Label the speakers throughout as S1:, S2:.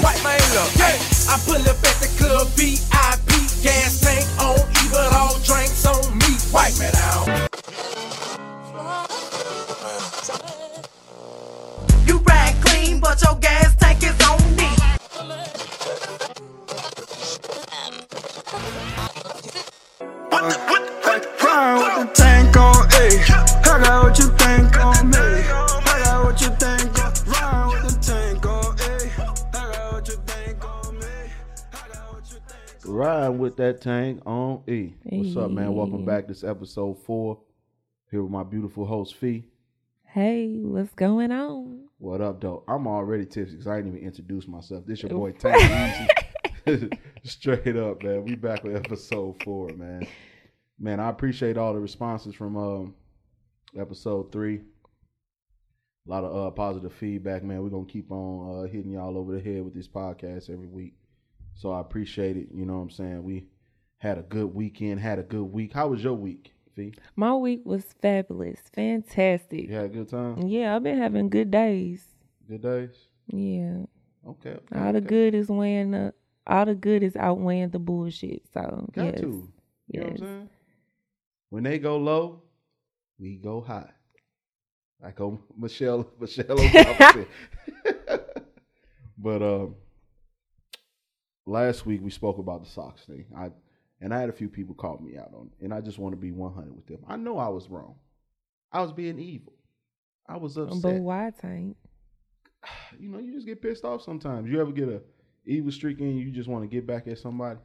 S1: White man up, yeah. I pull up at the club, VIP, gas tank on E, but all drinks on me. White man out. You ride clean, but your gas tank is on me. What the, what the, what the,
S2: Flying with the tank on A. I got what you think on me. I got what you think on. Flying with the tank on A. I got what you think on me. I got what you think on.
S3: Ride with that tank on E. What's up, man? Welcome
S4: Hey.
S3: back. This is episode four. Here with my beautiful host Fee.
S4: Hey, what's going on?
S3: What up, though? I'm already tipsy because I didn't even introduce myself. This your boy Tank Easy. Straight up, man. We back with episode four, man. Man, I appreciate all the responses from um, episode three. A lot of uh, positive feedback, man. We're gonna keep on uh, hitting y'all over the head with this podcast every week. So I appreciate it. You know what I'm saying? We had a good weekend, had a good week. How was your week, Fee?
S4: My week was fabulous, fantastic.
S3: You had a good time?
S4: Yeah, I've been having good days.
S3: Good days?
S4: Yeah,
S3: Okay. okay,
S4: all the
S3: okay.
S4: good is weighing the all the good is outweighing the bullshit. So
S3: Got
S4: yes,
S3: to. You know what I'm
S4: yes.
S3: saying? When they go low, we go high. Like oh Michelle Michelle Obama said. but um last week we spoke about the socks thing. I and I had a few people call me out on it, and I just want to be 100 with them. I know I was wrong. I was being evil. I was upset.
S4: But why tank?
S3: You know, you just get pissed off sometimes. You ever get a evil streak in, you just want to get back at somebody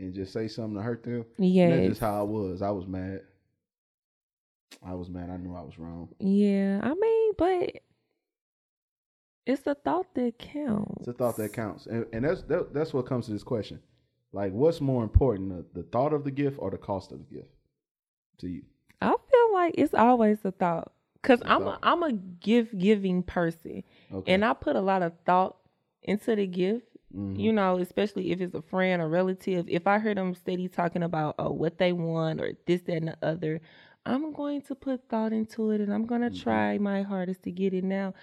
S3: and just say something to hurt them. And That's
S4: Yes.
S3: just how I was. I was mad. I was mad. I knew I was wrong.
S4: Yeah, I mean, but it's the thought that counts.
S3: It's a thought that counts, and, and that's that, that's what comes to this question. Like, what's more important, the, the thought of the gift or the cost of the gift to you?
S4: I feel like it's always the thought because
S3: The
S4: I'm
S3: thought.
S4: a I'm a gift giving person,
S3: Okay.
S4: and I put a lot of thought into the gift.
S3: Mhm.
S4: You know, especially if it's a friend or relative. If I hear them steady talking about oh what they want or this that and the other, I'm going to put thought into it, and I'm gonna
S3: Mhm.
S4: try my hardest to get it now.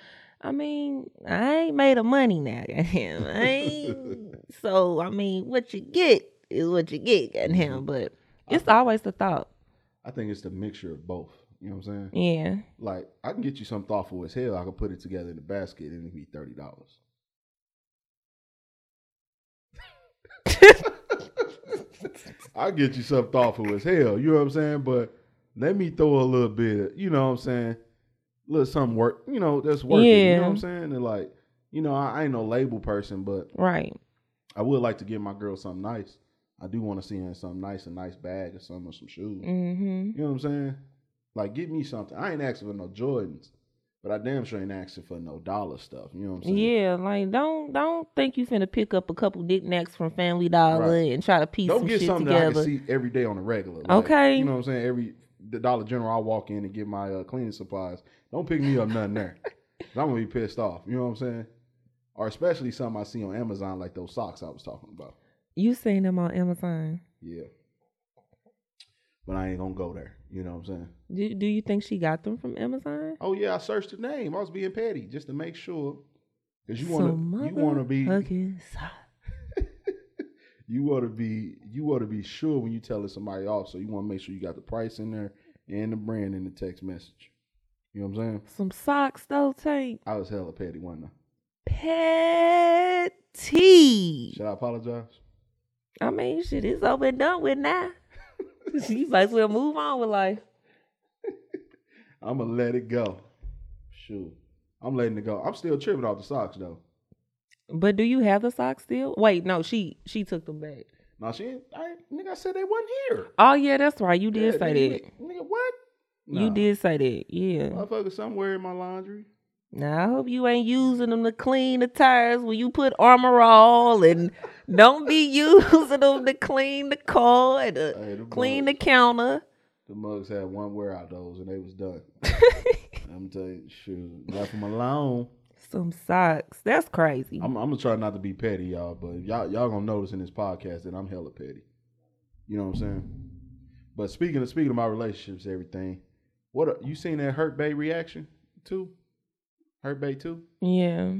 S4: I mean, I ain't made of money now, goddamn. I ain't, so I mean, what you get is what you get,
S3: Mm-hmm.
S4: goddamn. But it's always the thought,
S3: I think it's the mixture of both. You know what I'm saying?
S4: yeah.
S3: Like, I can get you something thoughtful as hell. I can put it together in a basket, and it'd be thirty dollars. I get you something thoughtful as hell. You know what I'm saying? But let me throw a little bit. You know what I'm saying? Little something work. You know that's working. You know
S4: Yeah.
S3: what I'm saying? And like, you know, I, I ain't no label person, but
S4: Right.
S3: I would like to give my girl something nice. I do want to see her in something nice, a nice bag or something, or some shoes.
S4: Mm-hmm.
S3: You know what I'm saying? Like, get me something. I ain't asking for no Jordans, but I damn sure ain't asking for no dollar stuff. You know what I'm saying?
S4: Yeah, like don't don't think you finna pick up a couple knickknacks from Family Dollar
S3: Right.
S4: and try to piece
S3: Don't
S4: some
S3: get
S4: shit
S3: something
S4: together.
S3: that I can see every day on a regular. Like,
S4: Okay.
S3: You know what I'm saying? Every the Dollar General, I walk in and get my uh, cleaning supplies. Don't pick me up nothing there. 'Cause I'm gonna be pissed off. You know what I'm saying? Or especially something I see on Amazon, like those socks I was talking about.
S4: You seen them on Amazon?
S3: Yeah. But I ain't gonna go there. You know what I'm saying?
S4: Do Do you think she got them from Amazon?
S3: Oh yeah, I searched the name. I was being petty just to make sure, because you
S4: Some
S3: wanna you wanna be
S4: motherfucking sock.
S3: you want to be you want to be sure when you telling somebody off. So you want to make sure you got the price in there and the brand in the text message. You know what I'm saying?
S4: some socks though. Tank
S3: I was hella petty, wasn't I?
S4: petty.
S3: Should I apologize?
S4: I mean, shit, it's over and done with now. you might as well move on with life.
S3: I'm gonna let it go. Shoot, I'm letting it go. I'm still tripping off the socks though.
S4: But do you have the socks still? Wait, no, she she took them back.
S3: Now she, ain't, I ain't- nigga, I said they wasn't here.
S4: Oh yeah, that's right. You
S3: Yeah,
S4: did say
S3: nigga,
S4: that.
S3: Nigga, what?
S4: You
S3: Nah.
S4: did say that, yeah.
S3: Motherfucker, somewhere in my laundry.
S4: Now I hope you ain't using them to clean the tires when you put armor all, and don't be using them to clean the car and uh,
S3: Hey, them
S4: clean the
S3: bugs.
S4: counter.
S3: The mugs had one wear out those and they was done. I'm telling you, shoot, left them alone.
S4: Some socks. That's crazy.
S3: I'm, I'm gonna try not to be petty, y'all, but y'all y'all gonna notice in this podcast that I'm hella petty. You know what I'm saying? But speaking of speaking of my relationships, and everything. What a, you seen that hurt bay reaction too? Hurt Bay too.
S4: Yeah.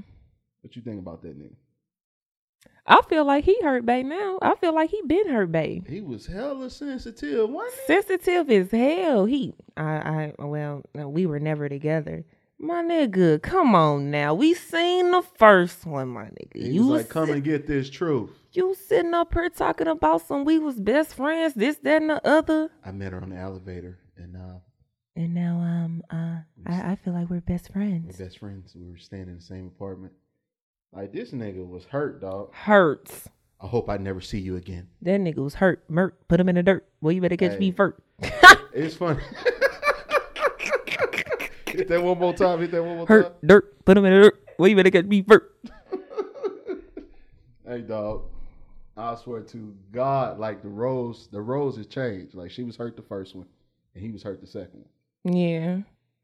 S3: What you think about that nigga?
S4: I feel like he hurt Bay now. I feel like he been hurt Bay.
S3: He was hella sensitive. What?
S4: Sensitive as hell. He, I, I, well, no, we were never together. My nigga, come on now. We seen the first one, my nigga.
S3: He
S4: you
S3: was
S4: was
S3: like, "Come and get this truth."
S4: you sitting up here talking about some we was best friends, this, that, and the other.
S3: I met her on the elevator, and uh,
S4: And now, um, uh, I, I feel like we're best
S3: we're
S4: friends.
S3: best friends. We were staying in the same apartment. Like this nigga was hurt, dog.
S4: Hurts.
S3: I hope I never see you again.
S4: That nigga was hurt. Murk, put him in the dirt. Well, you better catch me
S3: Hey.
S4: first.
S3: It's funny. hit that one more time. Hit that one more time.
S4: Hurt, dirt, put him in the dirt. Well, you better catch me first.
S3: Hey, dog. I swear to God, like the roles, the roles has changed. Like she was hurt the first one, and he was hurt the second one.
S4: Yeah.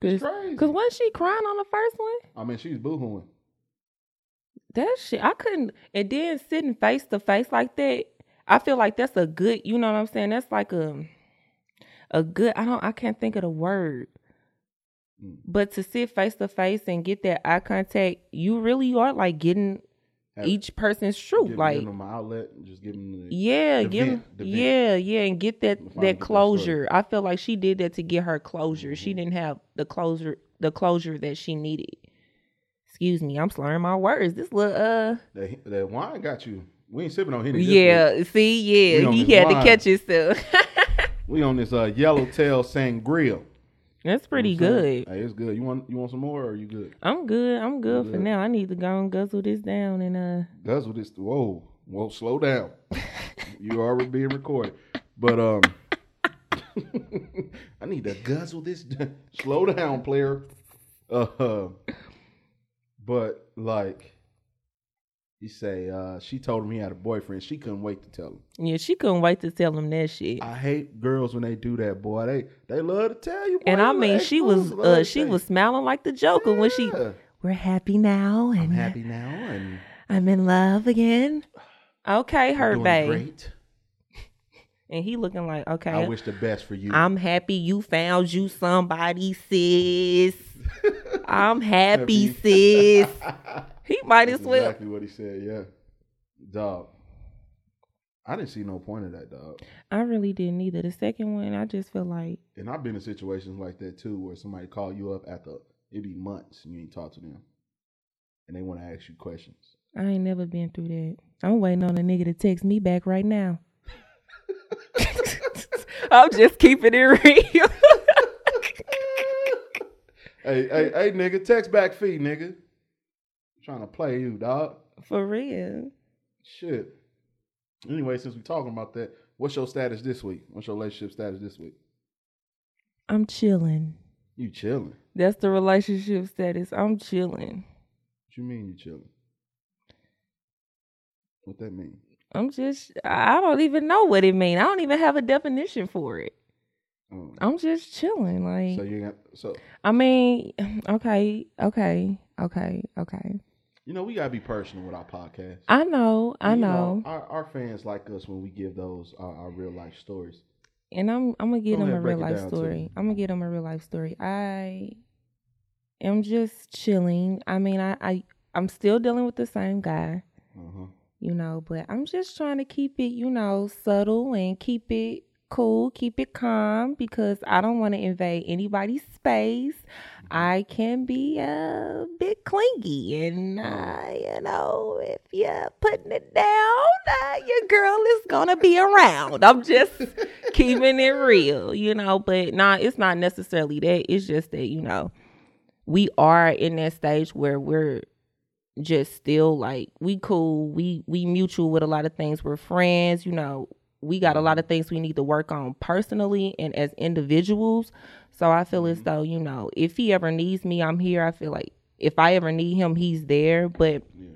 S4: Cause,
S3: It's crazy.
S4: Cause when she crying on the first one,
S3: I mean, she's boohooing.
S4: that shit I couldn't. And then sitting face to face like that, I feel like that's a good. You know what I'm saying? That's like a, a good. I don't. I can't think of the word.
S3: Mm.
S4: But to sit face to face and get that eye contact, you really are like getting
S3: Have-
S4: each person's truth.
S3: Give,
S4: like
S3: give them an outlet. and Just give them. The,
S4: Yeah,
S3: the
S4: give
S3: vent,
S4: him-
S3: the vent.
S4: yeah, yeah, and get that
S3: Find
S4: that
S3: the story.
S4: closure. I feel like she did that to get her closure. She
S3: Mm-hmm.
S4: didn't have the closure, the closure that she needed. Excuse me, I'm slurring my words. This little uh,
S3: That, that wine got you. We ain't sipping on Henny. this week.
S4: yeah, see,
S3: We
S4: yeah,
S3: on
S4: he
S3: this
S4: had
S3: wine.
S4: to catch himself.
S3: we on this uh, yellowtail sangria.
S4: That's pretty
S3: You know what I'm saying?
S4: good.
S3: Hey, it's good. You want you want some more or you good?
S4: I'm good. I'm good for
S3: Good.
S4: now. I need to go and guzzle this down and uh,
S3: That's what it's. Whoa, whoa, slow down. You're already being recorded. But um, I need to guzzle this. slow down, player. Uh, but like, you say uh, she told him he had a boyfriend. She couldn't wait to tell him.
S4: yeah, she couldn't wait to tell him that shit.
S3: I hate girls when they do that, boy. They they love to tell you. Boy,
S4: and I
S3: they
S4: mean,
S3: like,
S4: she was
S3: "Ooh, love
S4: uh, she
S3: thing."
S4: was smiling like the Joker when she.
S3: Yeah.
S4: We're happy now, and
S3: I'm happy now and
S4: I'm in love again. Okay,
S3: I'm
S4: her
S3: doing
S4: babe.
S3: great.
S4: And he looking like,
S3: I
S4: okay,
S3: wish the best for you.
S4: I'm happy you found you somebody, sis. I'm happy, sis. He might as
S3: That's
S4: well.
S3: exactly what he said. Yeah, dog. I didn't see no point of that, dog.
S4: I really didn't either. The second one, I just feel like,
S3: And I've been in situations like that too, where somebody call you up after it be months and you ain't talk to them, and they want to ask you questions.
S4: I ain't never been through that. I'm waiting on a nigga to text me back right now. I'm just keeping it real.
S3: Hey, hey, hey, nigga, text back fee, nigga. trying to play you, dog.
S4: For real.
S3: Shit. Anyway, since we talking about that, what's your status this week? What's your relationship status this week?
S4: I'm chilling.
S3: You chilling?
S4: That's the relationship status. I'm chilling.
S3: What you mean you chilling? What that mean?
S4: I'm just I I don't even know what it mean. I don't even have a definition for it.
S3: Um,
S4: I'm just chilling. Like
S3: so you got so
S4: I mean, okay, okay, okay, okay.
S3: you know we gotta be personal with our podcast.
S4: I know, I
S3: You
S4: know.
S3: our, our fans like us when we give those our, our real life stories.
S4: And I'm I'm gonna give
S3: Go
S4: them a
S3: ahead, break
S4: real
S3: it
S4: life
S3: down to
S4: story.
S3: me.
S4: I'm gonna give them a real life story. I am just chilling. I mean I, I I'm still dealing with the same guy,
S3: Uh-huh.
S4: you know, but I'm just trying to keep it, you know, subtle and keep it cool, keep it calm because I don't want to invade anybody's space. I can be uh, a bit clingy, and uh, you know, if you're putting it down, uh, your girl is gonna be around. I'm just keeping it real, you know. But nah, it's not necessarily that. It's just that you know, we are in that stage where we're just still like we cool. We we mutual with a lot of things. We're friends, you know. We got a lot of things we need to work on personally and as individuals. So I feel as though, you know, if he ever needs me, I'm here. I feel like if I ever need him, he's there. But
S3: Yeah.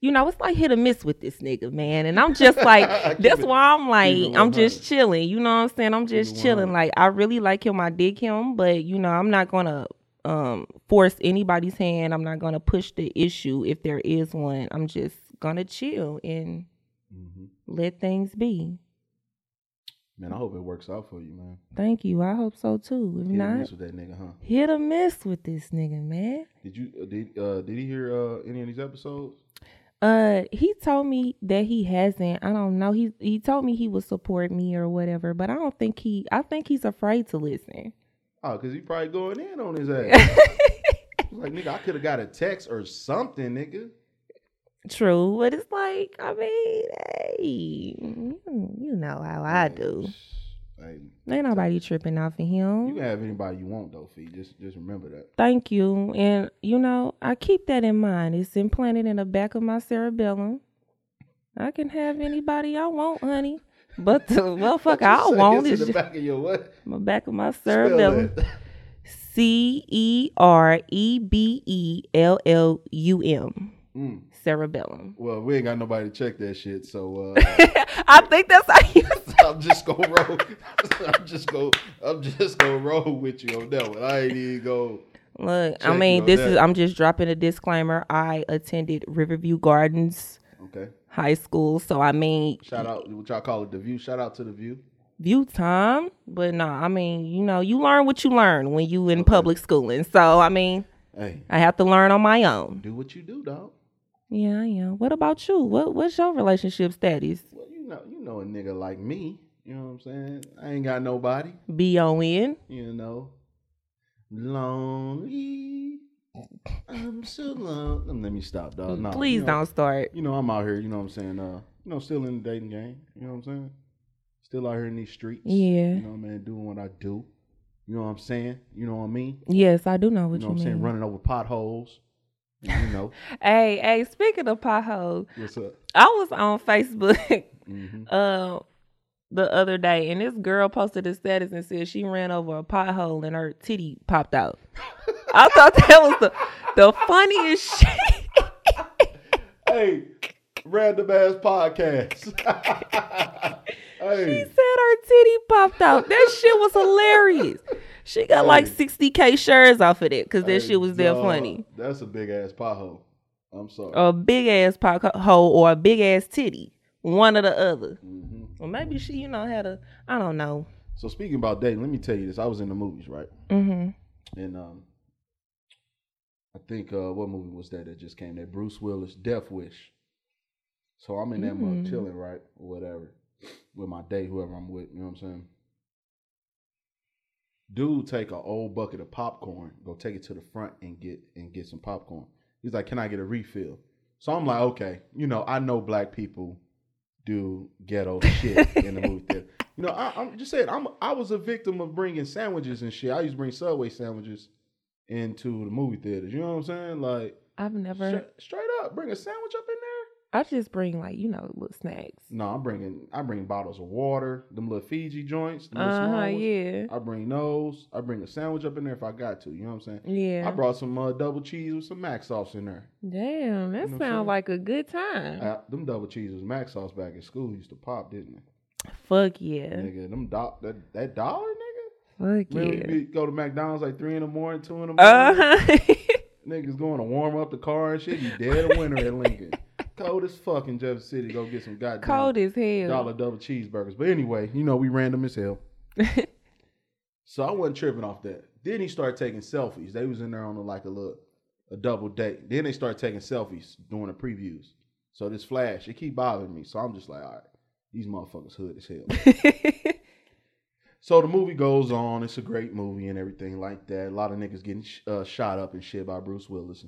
S4: you know, it's like hit or miss with this nigga, man. And I'm just like, that's why I'm like,
S3: keep it
S4: I'm just
S3: 100.
S4: chilling. You know what I'm saying? I'm just
S3: it 100.
S4: chilling. Like I really like him. I dig him, but you know, I'm not gonna um force anybody's hand. I'm not gonna push the issue if there is one. I'm just gonna chill and
S3: Mm-hmm.
S4: let things be.
S3: Man, I hope it works out for you, man.
S4: Thank you. I hope so too. If
S3: Hit and
S4: not,
S3: miss with that nigga, huh?
S4: hit or miss with this nigga, man.
S3: Did you uh, did uh did he hear uh any of these episodes?
S4: Uh, he told me that he hasn't. I don't know. He he told me he would support me or whatever, but I don't think he. I think he's afraid to listen.
S3: Oh, cause he probably going in on his ass. like nigga, I could have got a text or something, nigga.
S4: True, but it's like I mean, hey, you you know how I do.
S3: Hey,
S4: Ain't nobody tripping off of him.
S3: you can have anybody you want though, Fee. Just just remember that.
S4: Thank you. And, you know, I keep that in mind. It's implanted in the back of my cerebellum. I can have anybody I want, honey. But the motherfucker I
S3: Say
S4: want
S3: this
S4: is
S3: in the
S4: just
S3: back of your what?
S4: my back of my
S3: Spell
S4: cerebellum.
S3: that.
S4: C E R E B E L L U M.
S3: Mm.
S4: Cerebellum.
S3: Well, we ain't got nobody to check that shit, so uh,
S4: I think that's how you
S3: I'm just gonna roll. I'm just gonna I'm just gonna roll with you on that one. I ain't even go.
S4: look. I
S3: Check
S4: mean,
S3: on
S4: this
S3: that.
S4: is. I'm just dropping a disclaimer. I attended Riverview Gardens
S3: Okay,
S4: High School, so I mean,
S3: shout out what y'all call it, the view. Shout out to the view.
S4: view time. But no, I mean, you know, you learn what you learn when you in public schooling. So I mean,
S3: Hey,
S4: I have to learn on my own.
S3: do what you do, dog.
S4: Yeah, yeah. What about you? What what's your relationship status?
S3: Well, you know, you know a nigga like me. You know what I'm saying? I ain't got nobody.
S4: B O N.
S3: You know, lonely. I'm so lonely. Let me stop, dog. No,
S4: Please
S3: you know,
S4: don't start.
S3: You know, I'm out here. You know what I'm saying? Uh, you know, still in the dating game. You know what I'm saying? Still out here in these streets.
S4: Yeah.
S3: You know, man, doing what I do. You know what I'm saying? You know what I mean?
S4: Yes, I do know
S3: You
S4: what
S3: know
S4: you,
S3: what I'm saying?
S4: mean.
S3: Running over potholes. You know
S4: Hey, hey. Speaking of potholes,
S3: what's up?
S4: I was on Facebook
S3: Mm-hmm.
S4: uh, the other day, and this girl posted a status and said she ran over a pothole and her titty popped out. I thought that was the the funniest shit.
S3: Hey, random ass podcast.
S4: She
S3: hey,
S4: said her titty popped out. That shit was hilarious. She got like
S3: Hey.
S4: 60k shares off of it because that
S3: hey,
S4: shit was that
S3: dawg,
S4: funny. Oh.
S3: That's a big ass pothole. I'm sorry.
S4: A big ass pothole or a big ass titty. One or the other.
S3: hmm
S4: Or maybe she, you know, had a, I don't know.
S3: So speaking about dating, let me tell you this. I was in the movies, right?
S4: Mm-hmm.
S3: And um, I think uh, what movie was that that just came? That Bruce Willis Death Wish. So I'm in that mug
S4: Mm.
S3: chilling, right, or whatever, with my date, whoever I'm with. You know what I'm saying? Dude, take an old bucket of popcorn, go take it to the front and get and get some popcorn. He's like, "Can I get a refill?" So I'm like, "Okay, you know, I know black people do ghetto shit in the movie theater. You know, I, I'm just saying, I'm I was a victim of bringing sandwiches and shit. I used to bring Subway sandwiches into the movie theaters. You know what I'm saying? Like
S4: I've never,
S3: stra- straight up, bring a sandwich up in there.
S4: I just bring like, you know, little snacks.
S3: No, I'm bringing I bring bottles of water, them little Fiji joints, them little
S4: Uh
S3: small
S4: huh,
S3: ones.
S4: yeah.
S3: I bring those. I bring a sandwich up in there if I got to. You know what I'm saying?
S4: Yeah.
S3: I brought some uh, double cheese with some mac sauce in there.
S4: Damn,
S3: You know
S4: that
S3: what I'm saying?
S4: sounds like a good time.
S3: Uh, them double cheese with mac sauce back in school used to pop, didn't it?
S4: Fuck yeah.
S3: Nigga, them do- that that dollar, nigga.
S4: Fuck
S3: Remember
S4: yeah.
S3: you go to McDonald's like three in the morning, two in the morning.
S4: Uh huh.
S3: Niggas going to warm up the car and shit. You dead of winter in Lincoln. Cold as fuck in Jefferson City. Go get some goddamn
S4: Cold as hell.
S3: dollar double cheeseburgers. But anyway, you know we random as hell. so I wasn't tripping off that. Then he started taking selfies. They was in there on a, like a little a double date. Then they started taking selfies during the previews. So this flash, it keep bothering me. So I'm just like, all right, these motherfuckers hood as hell. So the movie goes on. It's a great movie and everything like that. A lot of niggas getting sh- uh, shot up and shit by Bruce Willis.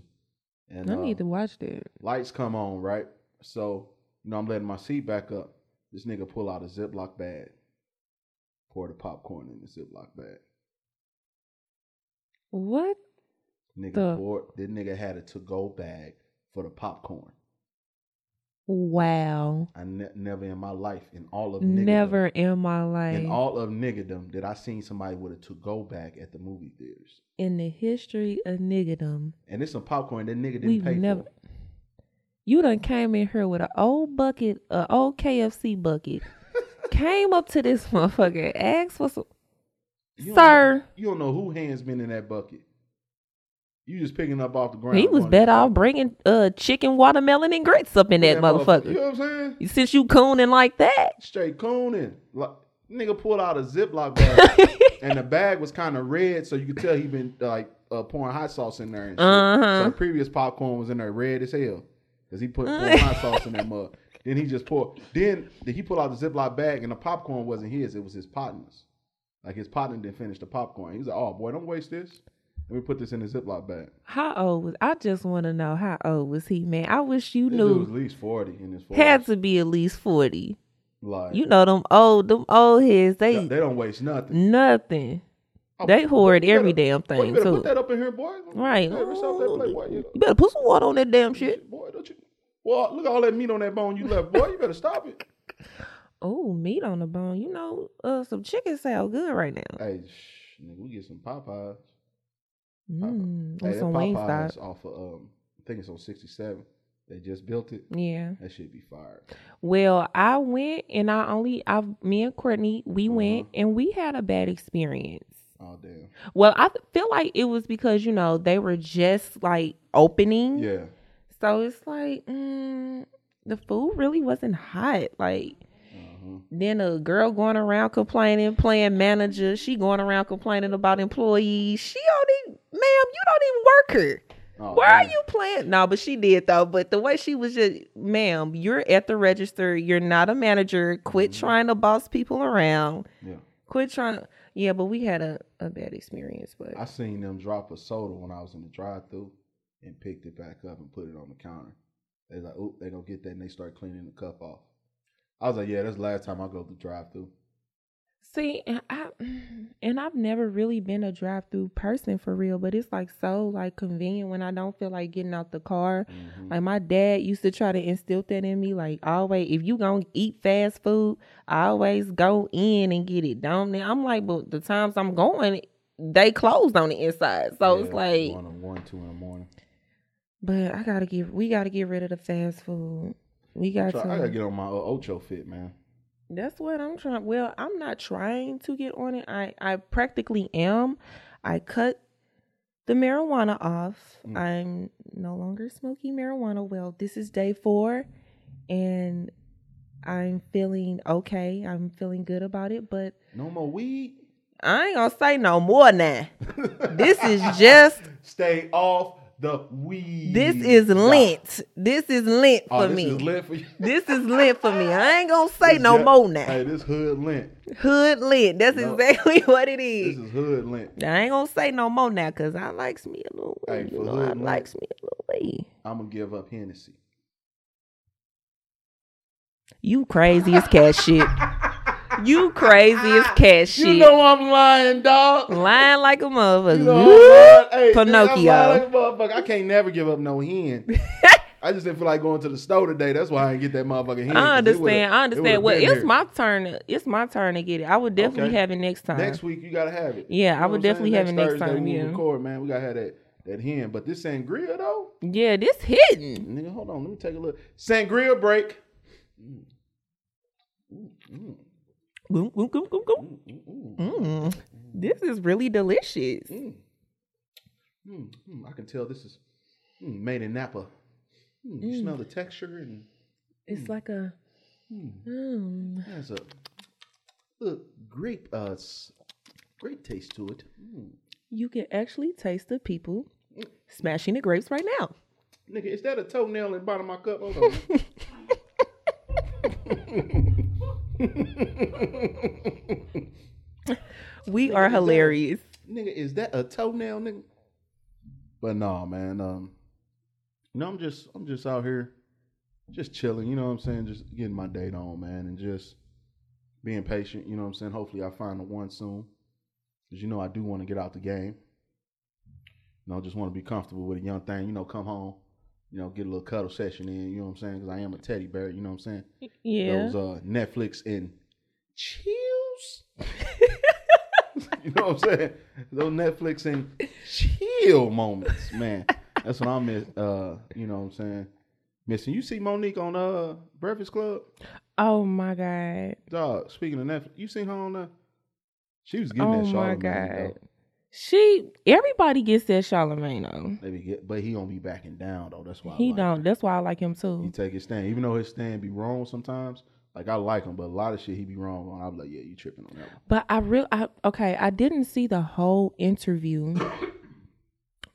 S3: And
S4: I
S3: uh,
S4: need to watch that.
S3: lights come on, right? So you know I'm letting my seat back up. This nigga pull out a Ziploc bag, pour the popcorn in the Ziploc bag.
S4: What?
S3: Nigga
S4: The-
S3: poured. This nigga had a to go bag for the popcorn.
S4: Wow.
S3: I ne- never in my life, in all of niggerdom-
S4: Never in my life
S3: in all of niggerdom, did I seen somebody with a to go bag at the movie theaters.
S4: in the history of niggerdom.
S3: And it's some popcorn that nigga didn't
S4: We've
S3: pay
S4: never
S3: for.
S4: You done came in here with an old bucket, an old KFC bucket. came up to this motherfucker, asked for some
S3: You don't
S4: Sir.
S3: know- you don't know who hands been in that bucket. You just picking up off the ground.
S4: He was
S3: going-
S4: better off bringing uh chicken, watermelon, and grits up in that,
S3: motherfucker.
S4: motherfucker.
S3: You know what I'm saying?
S4: Since you cooning like that.
S3: Straight cooning. Like, Nigga pulled out a Ziploc bag, and the bag was kind of red, so you could tell he been like uh, pouring hot sauce in there. And shit.
S4: Uh-huh.
S3: So the previous popcorn was in there red as hell because he put poured hot sauce in that mug. Then he just poured. Then then he pulled out the Ziploc bag, and the popcorn wasn't his; it was his partner's. Like his partner didn't finish the popcorn. He was like, "Oh boy, don't waste this. Let me put this in the Ziploc bag."
S4: How old was I just want to know how old was he, man? I wish you
S3: This dude was at
S4: knew.
S3: least forty in his forties.
S4: Had to be at least 40.
S3: Like,
S4: You know them old them old heads, they
S3: they don't waste nothing.
S4: nothing.
S3: Oh,
S4: They hoard
S3: you better-
S4: every damn
S3: boy, you
S4: thing
S3: better
S4: too.
S3: Put that up in here, boy.
S4: Right.
S3: Hey, yourself that plate, boy. You-
S4: You better put some water on that damn shit.
S3: Boy, don't you? Well, look at all that meat on that bone you left, boy. You better stop it.
S4: Oh, meat on the bone. You know, uh, some chicken sound good right now.
S3: hey, shh, nigga, we get some Popeyes.
S4: Mm,
S3: Uh, Hey,
S4: or
S3: that
S4: some Wingstop.
S3: Popeyes off of um, I think it's on sixty seven. They just built it.
S4: Yeah.
S3: That should be fired.
S4: Well, I went and I only I me and Courtney we
S3: Uh-huh.
S4: went and we had a bad experience.
S3: Oh damn.
S4: Well, I th- feel like it was because you know they were just like opening,
S3: Yeah.
S4: so it's like mm, the food really wasn't hot. Like
S3: Uh-huh.
S4: then a girl going around complaining, playing manager. She going around complaining about employees. She only, ma'am, you don't even work her.
S3: Oh,
S4: Where are
S3: damn.
S4: you playing? No, but she did though. But the way she was just, ma'am, you're at the register. You're not a manager. Quit
S3: Mm-hmm.
S4: trying to boss people around.
S3: Yeah.
S4: Quit trying. Yeah, but we had a, a bad experience. But
S3: I seen them drop a soda when I was in the drive through and picked it back up and put it on the counter. They like, oop, they gonna get that and they start cleaning the cup off. I was like, yeah, that's the last time I go through drive through.
S4: see, and I and I've never really been a drive through person for real. But it's like so like convenient when I don't feel like getting out the car.
S3: Mm-hmm.
S4: Like my dad used to try to instill that in me. Like always, if you gonna eat fast food, I always go in and get it. Don't they? I'm like, but the times I'm going, they closed on the inside. So it's like,
S3: one, on one, two in the morning.
S4: but I gotta get, we gotta get rid of the fast food. We got
S3: So
S4: to.
S3: I gotta get on my uh, Ocho fit, man.
S4: That's what I'm trying. Well, I'm not trying to get on it. I I practically am. I cut the marijuana off.
S3: Mm.
S4: I'm no longer smoking marijuana. Well, this is day 4 and I'm feeling okay. I'm feeling good about it, but
S3: No more weed.
S4: I ain't going to say no more now. this is just
S3: Stay off the weed.
S4: this is lint. This is lint
S3: Oh,
S4: for
S3: this
S4: me.
S3: is lit for you.
S4: This is lint for me. I ain't going to say no
S3: Yeah.
S4: more now.
S3: Hey, this hood lint.
S4: Hood lint. That's
S3: No.
S4: exactly what it is.
S3: This is hood lint.
S4: I ain't gonna say no more now, cause I likes me a little way.
S3: Hey,
S4: you
S3: for
S4: know,
S3: hood
S4: I
S3: money.
S4: likes me a little way.
S3: I'm gonna give up Hennessy.
S4: You crazy as cat shit. You crazy as cat shit.
S3: You know I'm lying, dog.
S4: lying like a motherfucker.
S3: You know
S4: Woo!
S3: I'm lying. Hey,
S4: Pinocchio.
S3: nigga, I'm lying like a motherfucker. I can't never give up no hen. I just didn't feel like going to the store today. That's why I didn't get that motherfucking hen. 'cause
S4: I
S3: it would've-
S4: understand.
S3: it would've
S4: I understand. Well,
S3: been
S4: it's
S3: here.
S4: my turn. To, it's my turn to get it. I would definitely
S3: Okay.
S4: have it next time.
S3: Next week you gotta have it.
S4: Yeah, I
S3: what
S4: would
S3: I'm saying?
S4: definitely have it next
S3: Thursday
S4: time,
S3: when We
S4: yeah.
S3: record, man. We gotta have that that hen. But this sangria though,
S4: yeah, this hitting.
S3: nigga, hold on. Let me take a look. Sangria break.
S4: Goom, goom, goom, goom, goom. Mm. This is really delicious.
S3: Mm, mm, I can tell this is mm, made in Napa. Mm, You smell the texture and
S4: It's like a.
S3: Hmm.
S4: Mm.
S3: has a, a grape uh s- grape taste to it. Mm.
S4: You can actually taste the people smashing the grapes right now.
S3: Nigga, is that a toenail in the bottom of my cup? Hold on.
S4: We are hilarious.
S3: nigga, is that a toenail, nigga? But no, man. Um, no, I'm just I'm just out here, just chilling. You know what I'm saying? Just getting my date on, man, and just being patient. You know what I'm saying? Hopefully, I find the one soon, because you know I do want to get out the game. You know, just want to be comfortable with a young thing. You know, come home. You know, get a little cuddle session in. You know what I'm saying? Because I am a teddy bear. You know what I'm saying?
S4: Yeah.
S3: those uh, Netflix and chills. you know what I'm saying? Those Netflix and chill moments, man. That's what I miss. Uh, you know what I'm saying? Missing. You see Monique on uh Breakfast Club,
S4: oh my god.
S3: dog. Speaking of Netflix, you seen her on uh She was getting
S4: Oh
S3: that
S4: my
S3: Charlamagne.
S4: God. She everybody gets that Charlemagne though.
S3: Maybe get, but he don't be backing down though. That's why I
S4: He
S3: like him.
S4: don't. That's why I like him
S3: He
S4: too.
S3: take his stand, even though his stand be wrong sometimes. Like I like him, but a lot of shit he be wrong on. I'm like, yeah, you tripping on that one.
S4: But I real I okay, I didn't see the whole interview,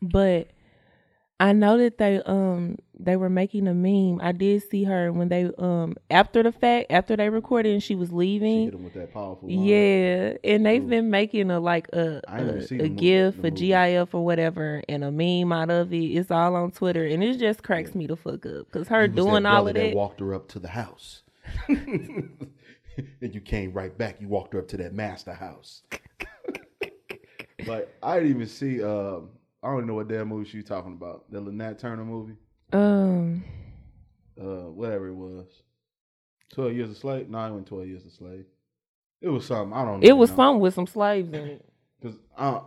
S4: but I know that they um they were making a meme. I did see her when they um after the fact, after they recorded and she was
S3: She
S4: leaving.
S3: hit him with that powerful. line.
S4: Yeah, and they've
S3: Ooh.
S4: been making a like a
S3: I ain't even seen
S4: a,
S3: the
S4: a
S3: movie-
S4: gif,
S3: the
S4: a
S3: movie.
S4: GIF or whatever, and a meme out of it. It's all on Twitter, and it just cracks me the fuck up because her
S3: You was that
S4: doing all
S3: brother
S4: of
S3: that
S4: that.
S3: walked her up to the house. and you came right back. You walked her up to that master house. like I didn't even see. Uh, I don't even know what damn movie she was talking about. That Lynette Turner movie,
S4: um,
S3: uh, whatever it was. Twelve Years a Slave. No, it wasn't Twelve Years a Slave. It was something. I don't.
S4: it
S3: even
S4: was
S3: know.
S4: something with some slaves in it.
S3: Cause I,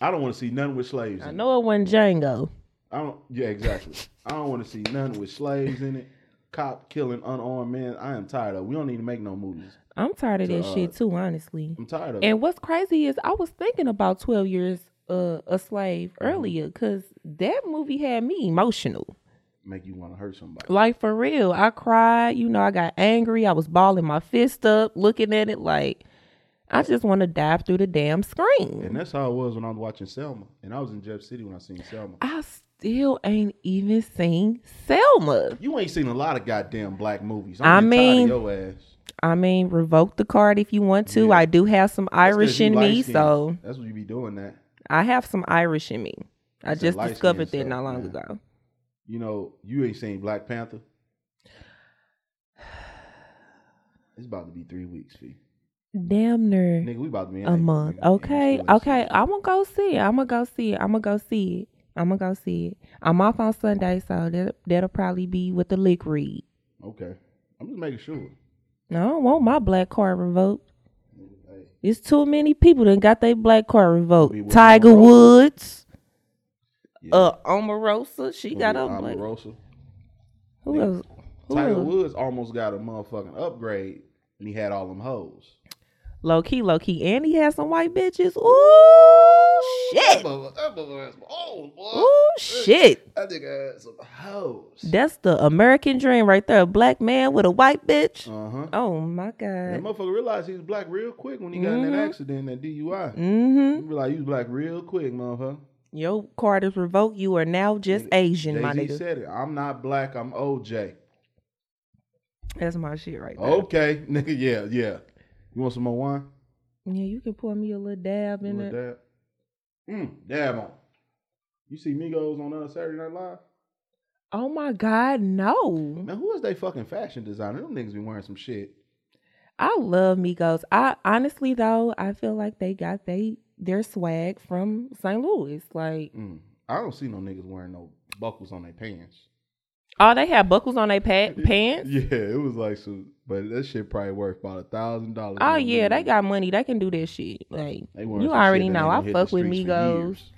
S3: I don't want to see nothing with slaves.
S4: I
S3: in
S4: know it wasn't Django.
S3: It. I don't. Yeah, exactly. I don't want to see nothing with slaves in it. Cop killing unarmed men. I am tired of. it. We don't need to make no movies.
S4: I'm tired of that
S3: So, uh,
S4: shit too, honestly.
S3: I'm tired of. it.
S4: And what's crazy is I was thinking about Twelve Years uh, a Slave
S3: Mm-hmm.
S4: earlier because that movie had me emotional.
S3: Make you want to hurt somebody.
S4: Like for real, I cried. You know, I got angry. I was balling my fist up, looking at it like I just want to dive through the damn
S3: And
S4: screen.
S3: that's how it was when I was watching Selma. And I was in Jeff City when I seen Selma.
S4: I still ain't even seen Selma.
S3: You ain't seen a lot of goddamn black movies.
S4: I
S3: I'm I
S4: mean,
S3: tired of your ass.
S4: I mean, revoke the card if you want to.
S3: Yeah.
S4: I do have some
S3: That's 'cause
S4: Irish
S3: you
S4: in me,
S3: light-skinned.
S4: so
S3: that's what you be doing. That
S4: I have some Irish in me. I
S3: That's that
S4: just
S3: light-skinned
S4: discovered that not
S3: stuff,
S4: long
S3: man.
S4: ago.
S3: you know you ain't seen Black Panther. It's about to be three weeks, fee.
S4: Damn near.
S3: Nigga, we about to be in
S4: a
S3: April,
S4: month.
S3: nigga, and you
S4: Okay,
S3: still ain't
S4: okay.
S3: seen it.
S4: I'm gonna go see it. I'm gonna go see it. I'm gonna go see it. I'm gonna go see it. I'm off on Sunday, so that that'll probably be with the lick read.
S3: Okay, I'm just making sure.
S4: No, I don't want my black card revoked.
S3: Hey,
S4: It's too many people that got their black card
S3: We will
S4: revoked. Tiger
S3: roll.
S4: Woods,
S3: yeah.
S4: uh, Omarosa, she got
S3: Maybe
S4: her black.
S3: Omarosa.
S4: Who else? Who
S3: Tiger
S4: else?
S3: Woods almost got a motherfucking upgrade, and he had all them hoes.
S4: Low key, low key, and he has some white bitches. Ooh shit!
S3: motherfucker, that motherfucker has some hoes, boy.
S4: Ooh shit!
S3: That nigga had some hoes.
S4: That's the American dream right there. A black man with a white bitch.
S3: Uh huh.
S4: Oh my god.
S3: That motherfucker realized he was black real quick when he got in that accident, that DUI.
S4: Mm-hmm.
S3: He realized he was black real quick, motherfucker.
S4: Your card is revoked. You are now just Asian, my
S3: Jay Z
S4: nigga.
S3: said it. I'm not black. I'm OJ.
S4: That's my shit right there.
S3: Okay, nigga. Yeah, yeah. You want some more wine?
S4: Yeah, you can pour me a little dab
S3: You
S4: in
S3: want
S4: it.
S3: that? Mm, damn on. You see Migos on uh, Saturday Night Live?
S4: Oh my God, no.
S3: Man, who is they fucking fashion designer? Them niggas be wearing some shit.
S4: I love Migos. I honestly though, I feel like they got they their swag from St. Louis. Like
S3: Mm. I don't see no niggas wearing no buckles on their pants.
S4: oh, they had buckles on their pa- pants.
S3: Yeah, it was like some, but that shit probably worth about a thousand dollars.
S4: Oh yeah, they got money. They can do that shit. Like
S3: They wearing
S4: you
S3: some shit
S4: already
S3: that
S4: know.
S3: ain't
S4: I
S3: gonna hit
S4: fuck
S3: the
S4: with
S3: streets for
S4: Migos.
S3: years.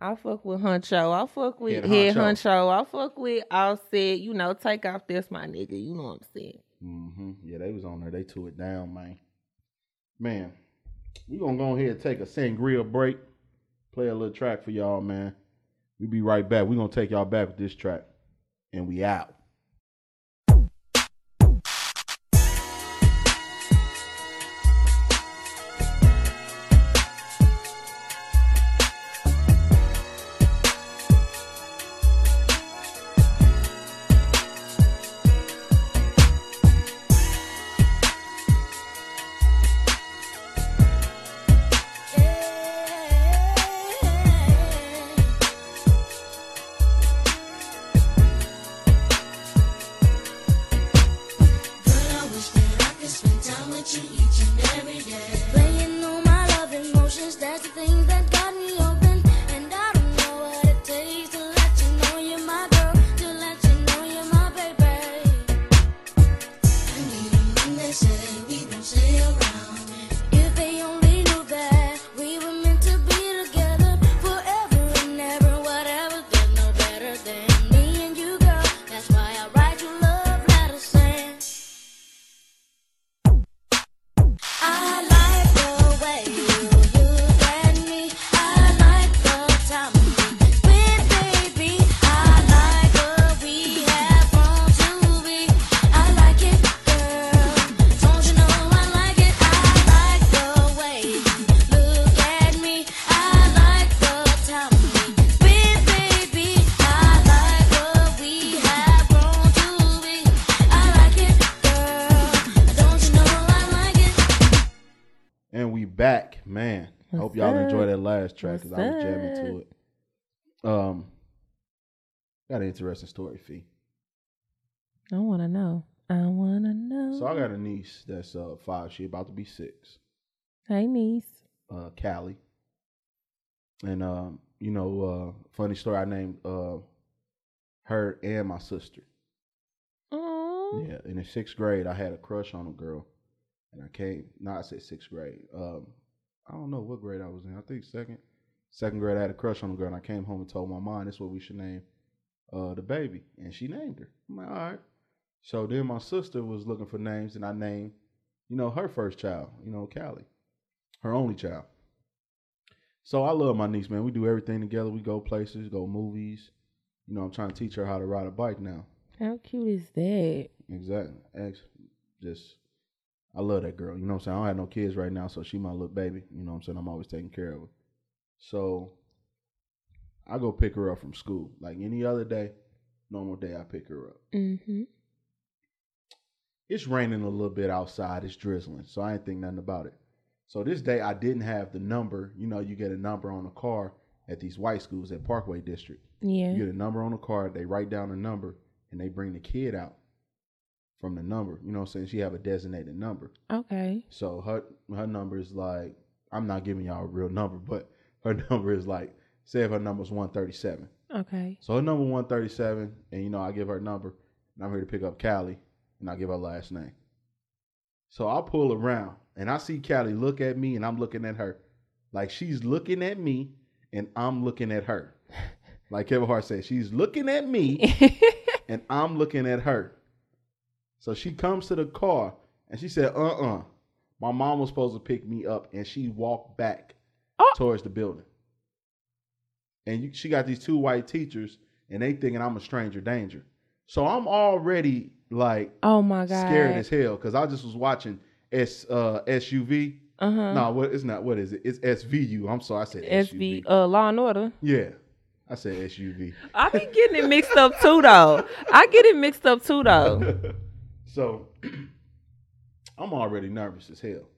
S4: I fuck with Huncho. I fuck with
S3: Head
S4: Head
S3: Honcho.
S4: Huncho. I fuck with Offset. You know, take off this my nigga. You know what I'm saying?
S3: hmm Yeah, they was on there. They tore it down, man. Man, we gonna go ahead and take a sangria break. Play a little track for y'all, man. We be right back. We gonna take y'all back with this track, and we out.
S5: Yeah.
S3: back, man. I hope
S4: What's
S3: y'all
S4: up?
S3: enjoy that last track because I was
S4: What's
S3: jamming to
S4: up?
S3: it. Um, got an interesting story, Fee.
S4: I want to know. I want to know.
S3: So I got a niece that's uh five. She about to be six.
S4: Hey, niece.
S3: Uh, Callie. And um, you know, uh, funny story. I named uh her and my sister.
S4: Aww.
S3: Yeah, and in sixth grade, I had a crush on a girl, and I came. No, I said sixth grade. Um, I don't know what grade I was in. I think second, second grade. I had a crush on a girl, and I came home and told my mom, "This is what we should name uh, the baby," and she named her. I'm like, all right. So then my sister was looking for names, and I named, you know, her first child, you know, Callie, her only child. So I love my niece, man. We do everything together. We go places, go movies. You know, I'm trying to teach her how to ride a bike now.
S4: How cute is that?
S3: Exactly. Ex just I love that girl. You know what I'm saying? I don't have no kids right now, so she my little baby. You know what I'm saying? I'm always taking care of her. So I go pick her up from school. Like any other day, normal day I pick her up.
S4: Mm-hmm.
S3: It's raining a little bit outside, it's drizzling, so I ain't think nothing about it. So this day I didn't have the number. You know, you get a number on the car at these white schools at Parkway District.
S4: Yeah.
S3: You get a number on the card. They write down a number and they bring the kid out from the number. You know what I'm saying? She have a designated number.
S4: Okay.
S3: So her her number is like I'm not giving y'all a real number, but her number is like say if her number's 137.
S4: Okay.
S3: So her number 137, and you know I give her number, and I'm here to pick up Callie, and I give her last name. So I pull around and I see Callie look at me, and I'm looking at her, like she's looking at me, and I'm looking at her. Like Kevin Hart said, she's looking at me, and I'm looking at her. So she comes to the car, and she said, "Uh-uh, my mom was supposed to pick me up," and she walked back
S4: Oh.
S3: towards the building. And you, she got these two white teachers, and they thinking I'm a stranger danger. So I'm already like
S4: oh my God.
S3: scared as hell because I just was watching S uh, SUV.
S4: Uh huh.
S3: No, what it's not. What is it? It's SVU. I'm sorry, I said
S4: SB,
S3: SUV.
S4: uh, Law and Order.
S3: yeah, I said SUV.
S4: I be getting it mixed up too, though. I get it mixed up too, though.
S3: So I'm already nervous as hell.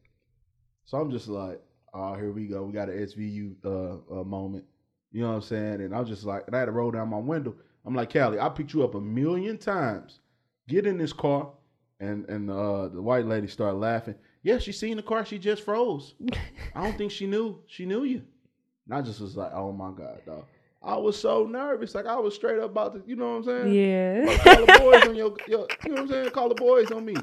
S3: So I'm just like, oh, here we go. We got an SVU uh, uh, moment. You know what I'm saying? And I was just like, and I had to roll down my window. I'm like, Callie, I picked you up a million times. Get in this car. And and uh, the white lady started laughing. Yeah, she seen the car. She just froze. I don't think she knew. She knew you. And I just was like, oh my God, dog. I was so nervous. Like, I was straight up about to, you know what I'm saying?
S4: Yeah.
S3: call the boys on your, your you know what I'm saying? Call the boys on me.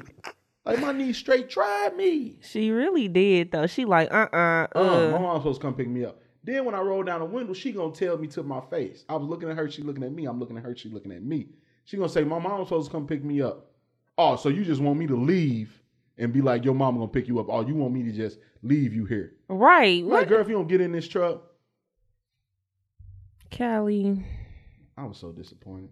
S3: Like my niece straight tried me.
S4: She really did, though. She like, uh, uh,
S3: Uh, my
S4: uh.
S3: mom's supposed to come pick me up. Then when I roll down the window, she gonna tell me to my face. I was looking at her, she looking at me. I'm looking at her, she looking at me. She gonna say, "My mom was supposed to come pick me up." Oh, so you just want me to leave and be like, "Your mom gonna pick you up." Oh, you want me to just leave you here?
S4: Right.
S3: Like,
S4: What?
S3: girl, if you don't get in this truck,
S4: Callie.
S3: I was so disappointed.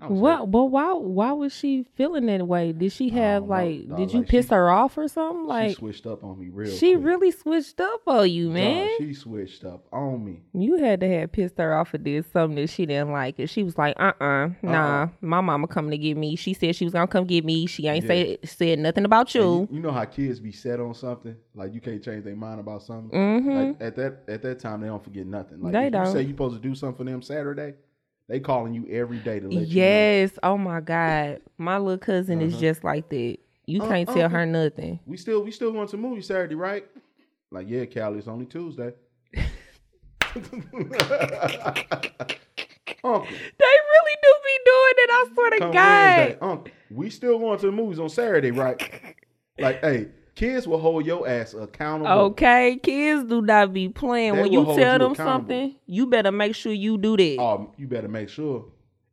S3: I was hurt.
S4: What? But why? Why was she feeling that way? Did she have
S3: don't know,
S4: like?
S3: dog.
S4: Did you
S3: Like,
S4: piss
S3: she-
S4: her off or something?
S3: she
S4: Like
S3: switched up on me
S4: she,
S3: real. quick.
S4: really switched up on you,
S3: Dog,
S4: man.
S3: she switched up on me.
S4: you had to have pissed her off or did something that she didn't like. And she was like, uh uh nah,
S3: Uh-uh.
S4: my mama coming to get me. She said she was gonna come get me. She ain't say said nothing
S3: And
S4: about you.
S3: You, you know how kids be set on something, like you can't change their mind about something.
S4: Mm-hmm.
S3: Like at that at that time, they don't forget nothing. Like
S4: They
S3: if you
S4: don't.
S3: say you supposed to do something for them Saturday, they calling you every day to let you know. Uh-huh.
S4: yes. Oh my God. My little cousin is just like that. You
S3: Uh,
S4: can't
S3: uh,
S4: tell
S3: uh.
S4: her nothing.
S3: We still we still going to movie Saturday, right? Like yeah, Callie, it's only Tuesday. Uncle,
S4: They really do be doing it, I swear to
S3: come
S4: God.
S3: Wednesday. Uncle, we still going to the movies on Saturday, right? Like hey, kids will hold your ass accountable.
S4: Okay, kids do not be playing.
S3: They
S4: when
S3: will
S4: you
S3: hold
S4: tell
S3: you
S4: them
S3: accountable.
S4: something, you better make sure you do that.
S3: Oh, you better make sure.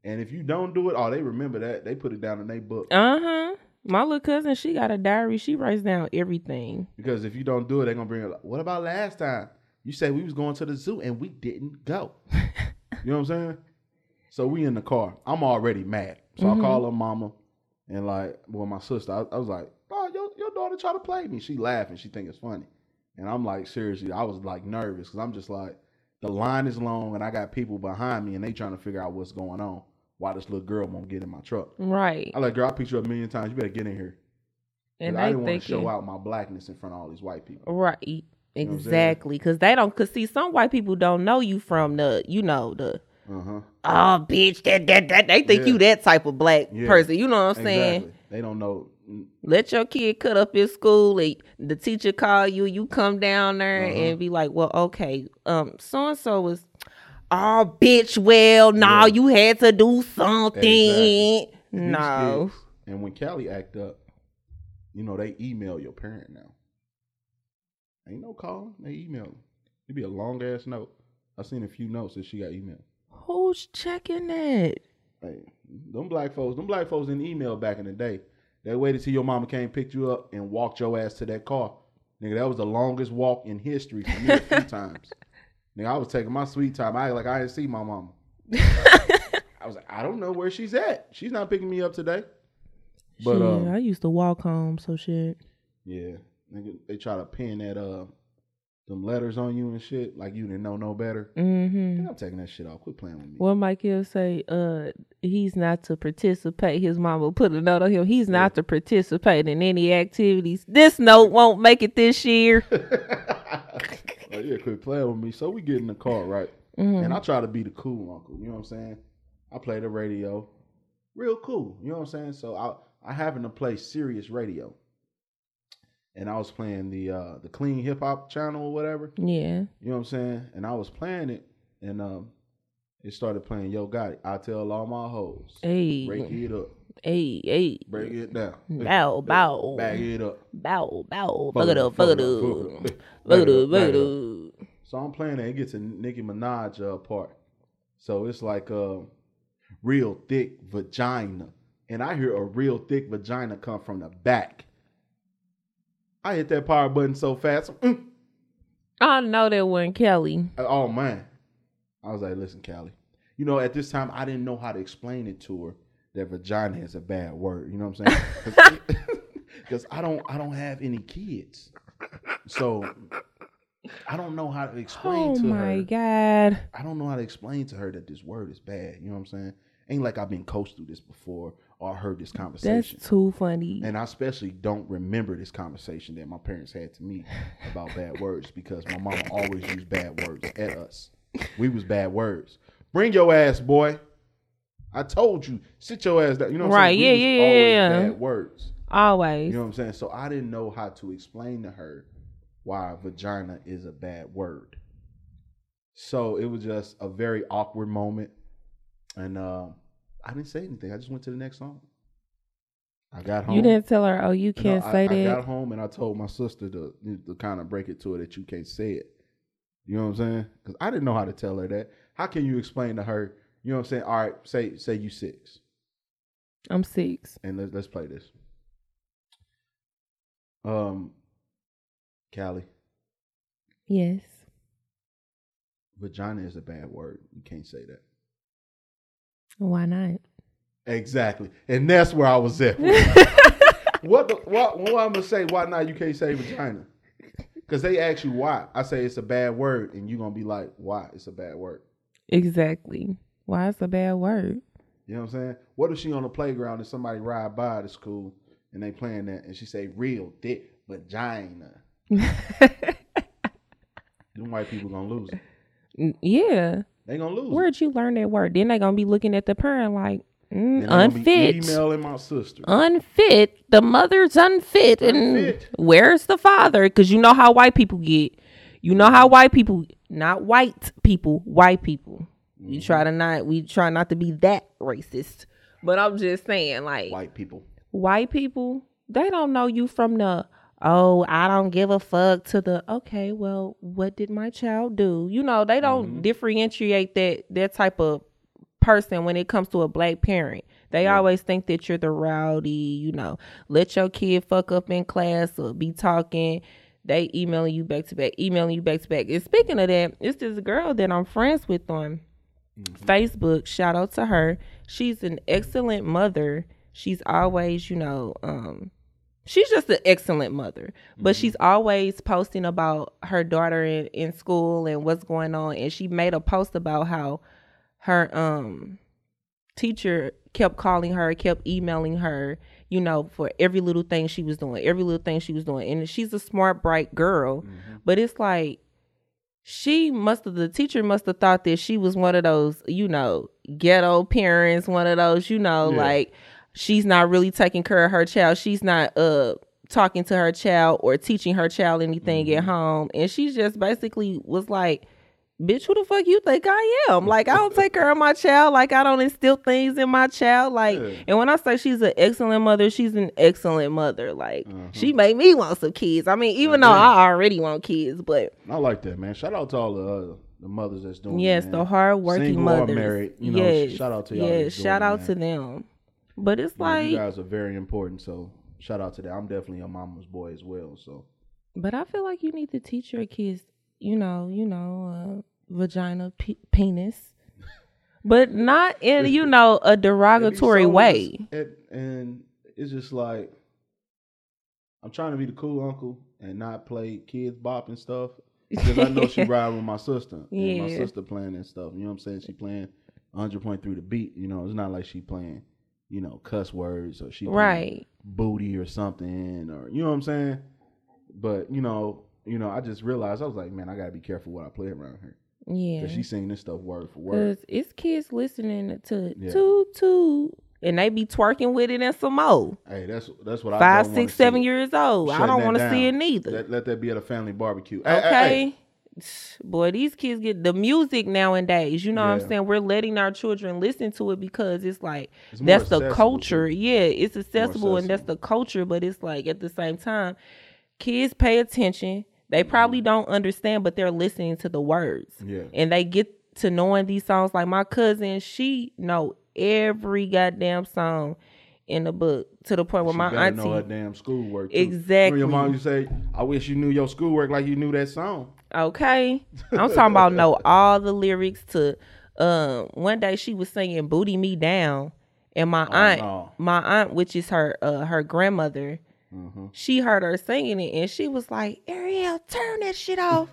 S3: And if you don't do it, oh, they remember that. They put it down in their book.
S4: Uh huh. My little cousin, she got a diary. She writes down everything.
S3: Because if you don't do it, they're gonna bring it up. What about last time? You said we was going to the zoo and we didn't go. you know what I'm saying? So we in the car. I'm already mad. So I call her mama and like, well, my sister, I, I was like, Oh, your, your daughter try to play me. She laughing, she think it's funny. And I'm like, seriously, I was like nervous because I'm just like, the line is long and I got people behind me and they trying to figure out what's going on. Why this little girl won't get in my truck.
S4: Right.
S3: I like, girl, I picked you up a million times. You better get in here.
S4: And
S3: I
S4: they
S3: didn't want to
S4: thinking
S3: show out my blackness in front of all these white people.
S4: right,
S3: know what I'm saying?
S4: exactly, because they don't. Because see, some white people don't know you from the, you know, the
S3: Uh huh.
S4: oh bitch that that that. They think
S3: Yeah.
S4: you that type of black
S3: Yeah.
S4: person. You know what I'm saying?
S3: Exactly. They don't know. mm,
S4: Let your kid cut up in school, and the teacher call you. You come down there
S3: Uh-huh.
S4: and be like, "Well, okay, um, so and so was, oh bitch, well, no, nah, you had to do something."
S3: Exactly. these
S4: No,
S3: kids- And when Cali act up, you know they email your parent now. Ain't no calling. They email. It'd be a long ass note. I seen a few notes that she got emailed.
S4: who's checking that?
S3: Hey, them black folks, them black folks didn't email back in the day. They waited till your mama came picked you up and walked your ass to that car. Nigga, that was the longest walk in history for me a few times. Nigga, I was taking my sweet time. I act like I didn't see my mama. I was like, I don't know where she's at. She's not picking me up today. But
S4: shit,
S3: um,
S4: I used to walk home, so shit.
S3: yeah, nigga, they try to pin that uh them letters on you and shit like you didn't know no better.
S4: Mm-hmm.
S3: Nigga, I'm taking that shit off. Quit playing with me.
S4: Well, Mike Hill say uh, he's not to participate. His mama put a note on him. He's not to participate in any activities. This note won't make it this year.
S3: Oh yeah, quit playing with me. So we get in the car, right?
S4: Mm-hmm.
S3: And I try to be the cool uncle. You know what I'm saying? I play the radio, real cool. You know what I'm saying? So I I happen to play serious radio, and I was playing the uh the clean hip hop channel or whatever.
S4: Mm-hmm. yeah.
S3: You know what I'm saying? And I was playing it, and um, it started playing Yo Gotti. I tell all my hoes,
S4: Hey.
S3: break it up,
S4: Hey, hey.
S3: break it down,
S4: Bow, bow.
S3: bag it up.
S4: Bow, bow.
S3: Fuck it
S4: Bugger
S3: up,
S4: up,
S3: fuck
S4: bugger
S3: it up,
S4: up.
S3: fuck it up. Fuck it up,
S4: Bugger up,
S3: fuck it
S4: bugger up.
S3: So I'm playing that. It gets a Nicki Minaj uh, part. So it's like uh, real thick vagina. And I hear a real thick vagina come from the back. I hit that power button so fast. mm,
S4: I know that one, Kelly.
S3: oh, man. I was like, listen, Callie. You know, at this time, I didn't know how to explain it to her that vagina is a bad word. You know what I'm saying? Because I don't, I don't have any kids, so I don't know how to explain
S4: Oh
S3: to her.
S4: my God.
S3: I don't know how to explain to her that this word is bad. You know what I'm saying? Ain't like I've been coached through this before or heard this
S4: That's
S3: conversation.
S4: too funny.
S3: and I especially don't remember this conversation that my parents had to me about bad words because my mama always used bad words at us. We was bad words. Bring your ass, boy. I told you, sit your ass down. You know what I'm saying?
S4: Right,
S3: We
S4: yeah,
S3: was
S4: yeah, yeah,
S3: always
S4: yeah.
S3: Bad words. You
S4: Always.
S3: know what I'm saying? So I didn't know how to explain to her why vagina is a bad word. So it was just a very awkward moment. And uh, I didn't say anything. I just went to the next song. I got home.
S4: You didn't tell her, oh, you
S3: No,
S4: can't
S3: I-
S4: say
S3: I,
S4: that.
S3: got home and I told my sister to, to kind of break it to her that you can't say it. You know what I'm saying? Because I didn't know how to tell her that. How can you explain to her? You know what I'm saying? All right, say say you six
S4: I'm six.
S3: and let's let's play this. Um, Callie,
S4: Yes.
S3: vagina is a bad word. You can't say that.
S4: Why not?
S3: Exactly, and that's where I was at. what the what? What I'm gonna say? Why not? You can't say vagina because they ask you why. I say it's a bad word, and you are gonna be like, why? It's a bad word.
S4: Exactly. Why is a bad word?
S3: You know what I'm saying? What if she on the playground and somebody ride by the school and they playing that and she say real thick vagina? Them white people gonna lose. it.
S4: N- Yeah.
S3: They gonna lose. it.
S4: Where'd you learn that word? Then they gonna be looking at the parent like, mm,
S3: And I'm gonna be
S4: unfit.
S3: Emailing my sister.
S4: unfit. The mother's unfit.
S3: Unfit.
S4: And where's the father? Because you know how white people get. You know how white people, not white people, white people.
S3: Mm-hmm.
S4: You try to not, we try not to be that racist. But I'm just saying, like,
S3: White people.
S4: white people, they don't know you from the oh, I don't give a fuck to the okay, well, what did my child do? You know, they don't differentiate that that type of person when it comes to a black parent. They always think that you're the rowdy, you know, let your kid fuck up in class or be talking. They emailing you back to back, emailing you back to back. And speaking of that, it's this girl that I'm friends with on Facebook. Shout out to her. She's an excellent mother. She's always, you know, um, she's just an excellent mother. But she's always posting about her daughter in, in school and what's going on. And she made a post about how her um teacher kept calling her, kept emailing her, you know, for every little thing she was doing, every little thing she was doing. And she's a smart, bright girl, but it's like she must have the teacher must have thought that she was one of those, you know, ghetto parents, one of those, you know,
S3: Yeah.
S4: like she's not really taking care of her child. She's not uh talking to her child or teaching her child anything
S3: Mm-hmm.
S4: at home. And she just basically was like bitch, who the fuck you think I am? Like, I don't take care of my child. Like, I don't instill things in my child. Like,
S3: Yeah.
S4: and when I say she's an excellent mother, she's an excellent mother. Like, she
S3: Mm-hmm.
S4: made me want some kids. I mean, even though I already want kids, but
S3: I like that, man. Shout out to all the uh, the mothers that's doing. it,
S4: yes,
S3: man.
S4: the hard working
S3: Single or
S4: mothers.
S3: married, you know,
S4: yes,
S3: shout out to y'all
S4: yes,
S3: that's doing
S4: shout
S3: it,
S4: out
S3: man.
S4: to them. But it's
S3: You know,
S4: like,
S3: you guys are very important. So shout out to that. I'm definitely a mama's boy as well. So
S4: but I feel like you need to teach your kids, you know, you know, uh, vagina, pe- penis. But not in you know a derogatory
S3: so
S4: way.
S3: And, and it's just like I'm trying to be the cool uncle and not play kids bop and stuff because I know she riding with my sister. And my
S4: Yeah.
S3: sister playing and stuff. You know what I'm saying? She playing 100.3 the beat. You know, it's not like she playing you know cuss words or she playing
S4: Right.
S3: booty or something or you know what I'm saying. But you know, you know, I just realized I was like, man, I gotta be careful what I play around her.
S4: Yeah.
S3: Cause she's singing this stuff word for word.
S4: Cause it's kids listening to
S3: Yeah.
S4: two two, and they be twerking with it and some more.
S3: Hey, that's that's what I
S4: Five,
S3: don't wanna
S4: six, seven
S3: see.
S4: years old. I
S3: Shutting
S4: don't
S3: that
S4: want to see it
S3: down.
S4: neither.
S3: Let, let that be at a family barbecue. Hey, hey,
S4: okay.
S3: hey.
S4: Boy, these kids get the music nowadays. You know what
S3: Yeah.
S4: I'm saying? We're letting our children listen to it because it's like
S3: It's more
S4: that's the
S3: accessible,
S4: culture. Yeah, it's accessible and that's
S3: accessible.
S4: the culture, but it's like at the same time, kids pay attention. They probably don't understand, but they're listening to the words.
S3: Mm-hmm. Yeah.
S4: And they get to knowing these songs. Like my cousin, she know every goddamn song in the book to the point where
S3: She
S4: my
S3: better know her
S4: auntie.
S3: damn schoolwork. too. Remember
S4: Exactly.
S3: your mom used to say, "I wish you knew your schoolwork like you knew that song."
S4: Okay. I'm talking about know all the lyrics to um one day she was singing Booty Me Down and my aunt
S3: no.
S4: my aunt which is her uh her grandmother
S3: Mm-hmm.
S4: she heard her singing it and she was like, Ariel, turn that shit off.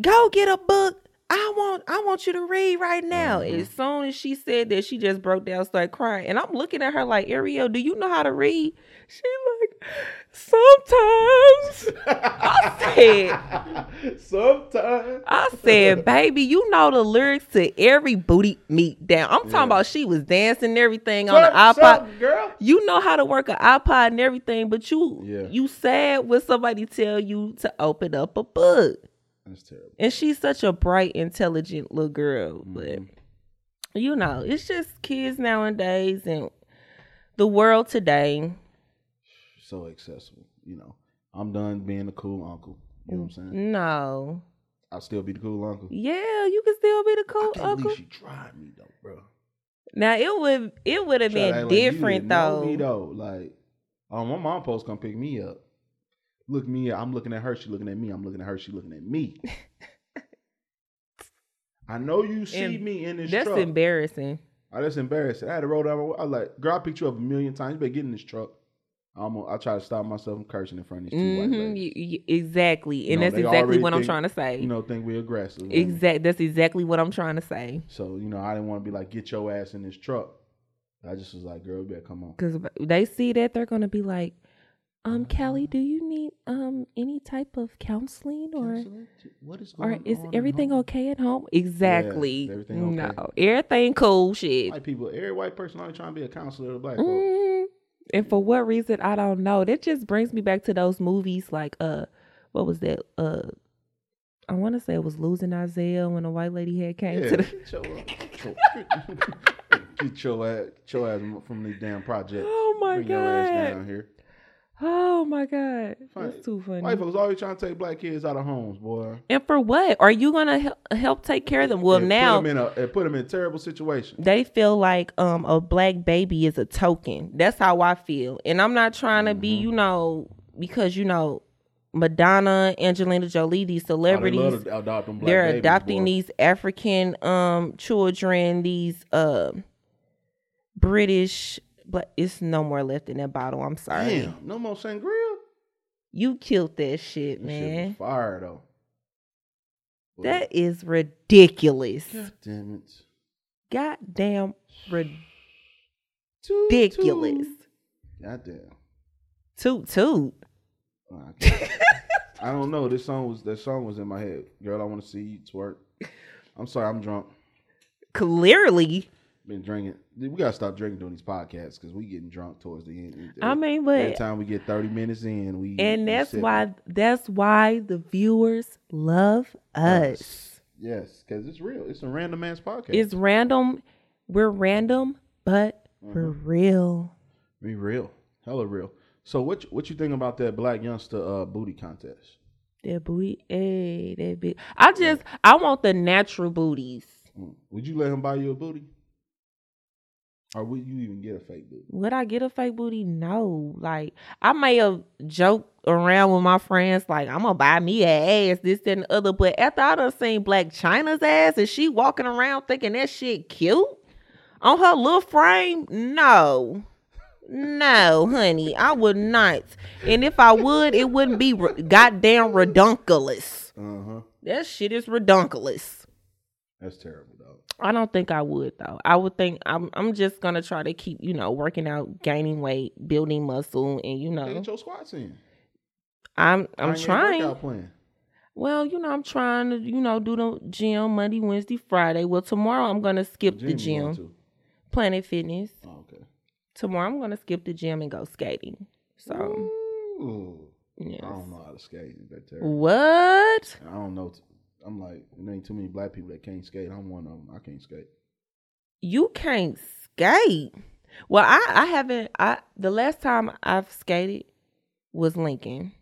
S4: Go get a book. I want I want you to read right now. And As soon as she said that, she just broke down, started crying. And I'm looking at her like, Ariel, do you know how to read? She like, sometimes I said
S3: Sometimes.
S4: I said, baby, you know the lyrics to every booty meat down. I'm talking about she was dancing and everything on the iPod.
S3: What's up, girl?
S4: You know how to work an iPod and everything, but you
S3: Yeah.
S4: you sad when somebody tell you to open up a book.
S3: That's terrible.
S4: And she's such a bright, intelligent little girl.
S3: Mm-hmm.
S4: But you know, it's just kids nowadays and the world today.
S3: So accessible. You know, I'm done being the cool uncle. You know what I'm saying?
S4: No.
S3: I'll still be the cool uncle.
S4: Yeah, you can still be the
S3: I
S4: cool
S3: can't
S4: uncle.
S3: believe she tried me though, bro.
S4: Now it would it would have
S3: Tried to
S4: been
S3: act like you
S4: different
S3: didn't know
S4: though.
S3: Me though, like, oh, my mom post come pick me up. Look me up. I'm looking at her. She looking at me. I'm looking at her. She looking at me. I know you see
S4: And
S3: me in this
S4: That's
S3: truck.
S4: embarrassing.
S3: Oh, that's embarrassing. I had to roll down. My, I was like, girl, I picked you up a million times. You better get in this truck. I almost, I try to stop myself from cursing in front of these 2
S4: Mhm,
S3: white ladies.
S4: y- y- exactly,
S3: You
S4: and
S3: know,
S4: that's
S3: they
S4: exactly
S3: already
S4: what I'm
S3: think-
S4: trying to say.
S3: You know, think we aggressive. and-
S4: exact. That's exactly what I'm trying to say.
S3: So you know, I didn't want to be like, get your ass in this truck. I just was like, girl, you better come on.
S4: Because they see that they're gonna be like, um,
S3: Mm-hmm.
S4: Kelly, do you need um any type of counseling or?
S3: What is going
S4: Or is
S3: on at
S4: everything
S3: home?
S4: okay at home? Exactly.
S3: is everything
S4: no,
S3: okay?
S4: everything cool. Shit.
S3: White people, every white person only trying to be a counselor to black folks.
S4: Mhm. And for what reason, I don't know. That just brings me back to those movies like uh what was that? Uh I wanna say it was losing Isaiah when the white lady had came
S3: Yeah,
S4: to the
S3: get your, get your ass, get your ass from these damn projects.
S4: Oh my
S3: Bring your ass
S4: God.
S3: down here.
S4: Oh my God.
S3: Fine.
S4: That's too funny.
S3: White folks always trying to take black kids out of homes, boy.
S4: And for what? Are you gonna hel- help take care of them? Well
S3: And
S4: now
S3: put them in a, and put them in a terrible situation.
S4: they feel like um a black baby is a token. That's how I feel. And I'm not trying to
S3: Mm-hmm.
S4: be, you know, because you know, Madonna, Angelina Jolie, these
S3: Oh, they
S4: celebrities.
S3: love to adopt them black
S4: they're
S3: babies,
S4: adopting
S3: boy.
S4: these African um children, these uh British but it's no more left in that bottle. I'm sorry.
S3: Damn, no more sangria.
S4: You killed that
S3: That shit
S4: shit,
S3: was
S4: man.
S3: fire though. Boy,
S4: That is ridiculous.
S3: God damn it.
S4: goddamn ridiculous.
S3: Toot, toot. Goddamn.
S4: Toot toot.
S3: Nah, I can't. I don't know. This song was that song was in my head. Girl, I want to see you twerk. I'm sorry, I'm drunk.
S4: Clearly,
S3: Been drinking. Dude, We gotta stop drinking during these podcasts because we getting drunk towards the end.
S4: I mean,
S3: every
S4: but
S3: time we get 30 minutes in, we we
S4: and that's
S3: sip.
S4: why that's why the viewers love us.
S3: Yes, because it's real. It's a random ass podcast.
S4: It's random. We're random, but we're
S3: Mm-hmm.
S4: real.
S3: Be real, hella real. So what you- what you think about that black youngster uh, booty contest?
S4: That booty, hey, that big. I just, I want the natural booties.
S3: Mm. Would you let him buy you a booty, or would you even get a fake booty?
S4: Would I get a fake booty? No. Like I may have joked around with my friends, like I'm gonna buy me a ass, this that, and the other. But after I done seen Black China's ass and she walking around thinking that shit cute on her little frame, no. No, honey, I would not. And if I would, it wouldn't be re- goddamn redunculous.
S3: Uh huh.
S4: That shit is redunculous.
S3: That's terrible, though.
S4: I don't think I would though. I would think I'm I'm just gonna try to keep, you know, working out, gaining weight, building muscle and you
S3: Hey,
S4: know
S3: Get your squats in.
S4: I'm I'm
S3: Find your
S4: trying.
S3: workout plan.
S4: Well, you know, I'm trying to, you know, do the gym Monday, Wednesday, Friday. Well tomorrow I'm gonna skip the
S3: you going
S4: gym.
S3: to?
S4: Planet Fitness.
S3: Oh, okay.
S4: Tomorrow I'm gonna skip the gym and go skating. So
S3: Ooh,
S4: yes.
S3: I don't know how to skate. That's terrible.
S4: What?
S3: I don't know. t- I'm like, there ain't too many black people that can't skate. I'm one of them. I can't skate.
S4: You can't skate. Well, I, I haven't I the last time I've skated was Lincoln.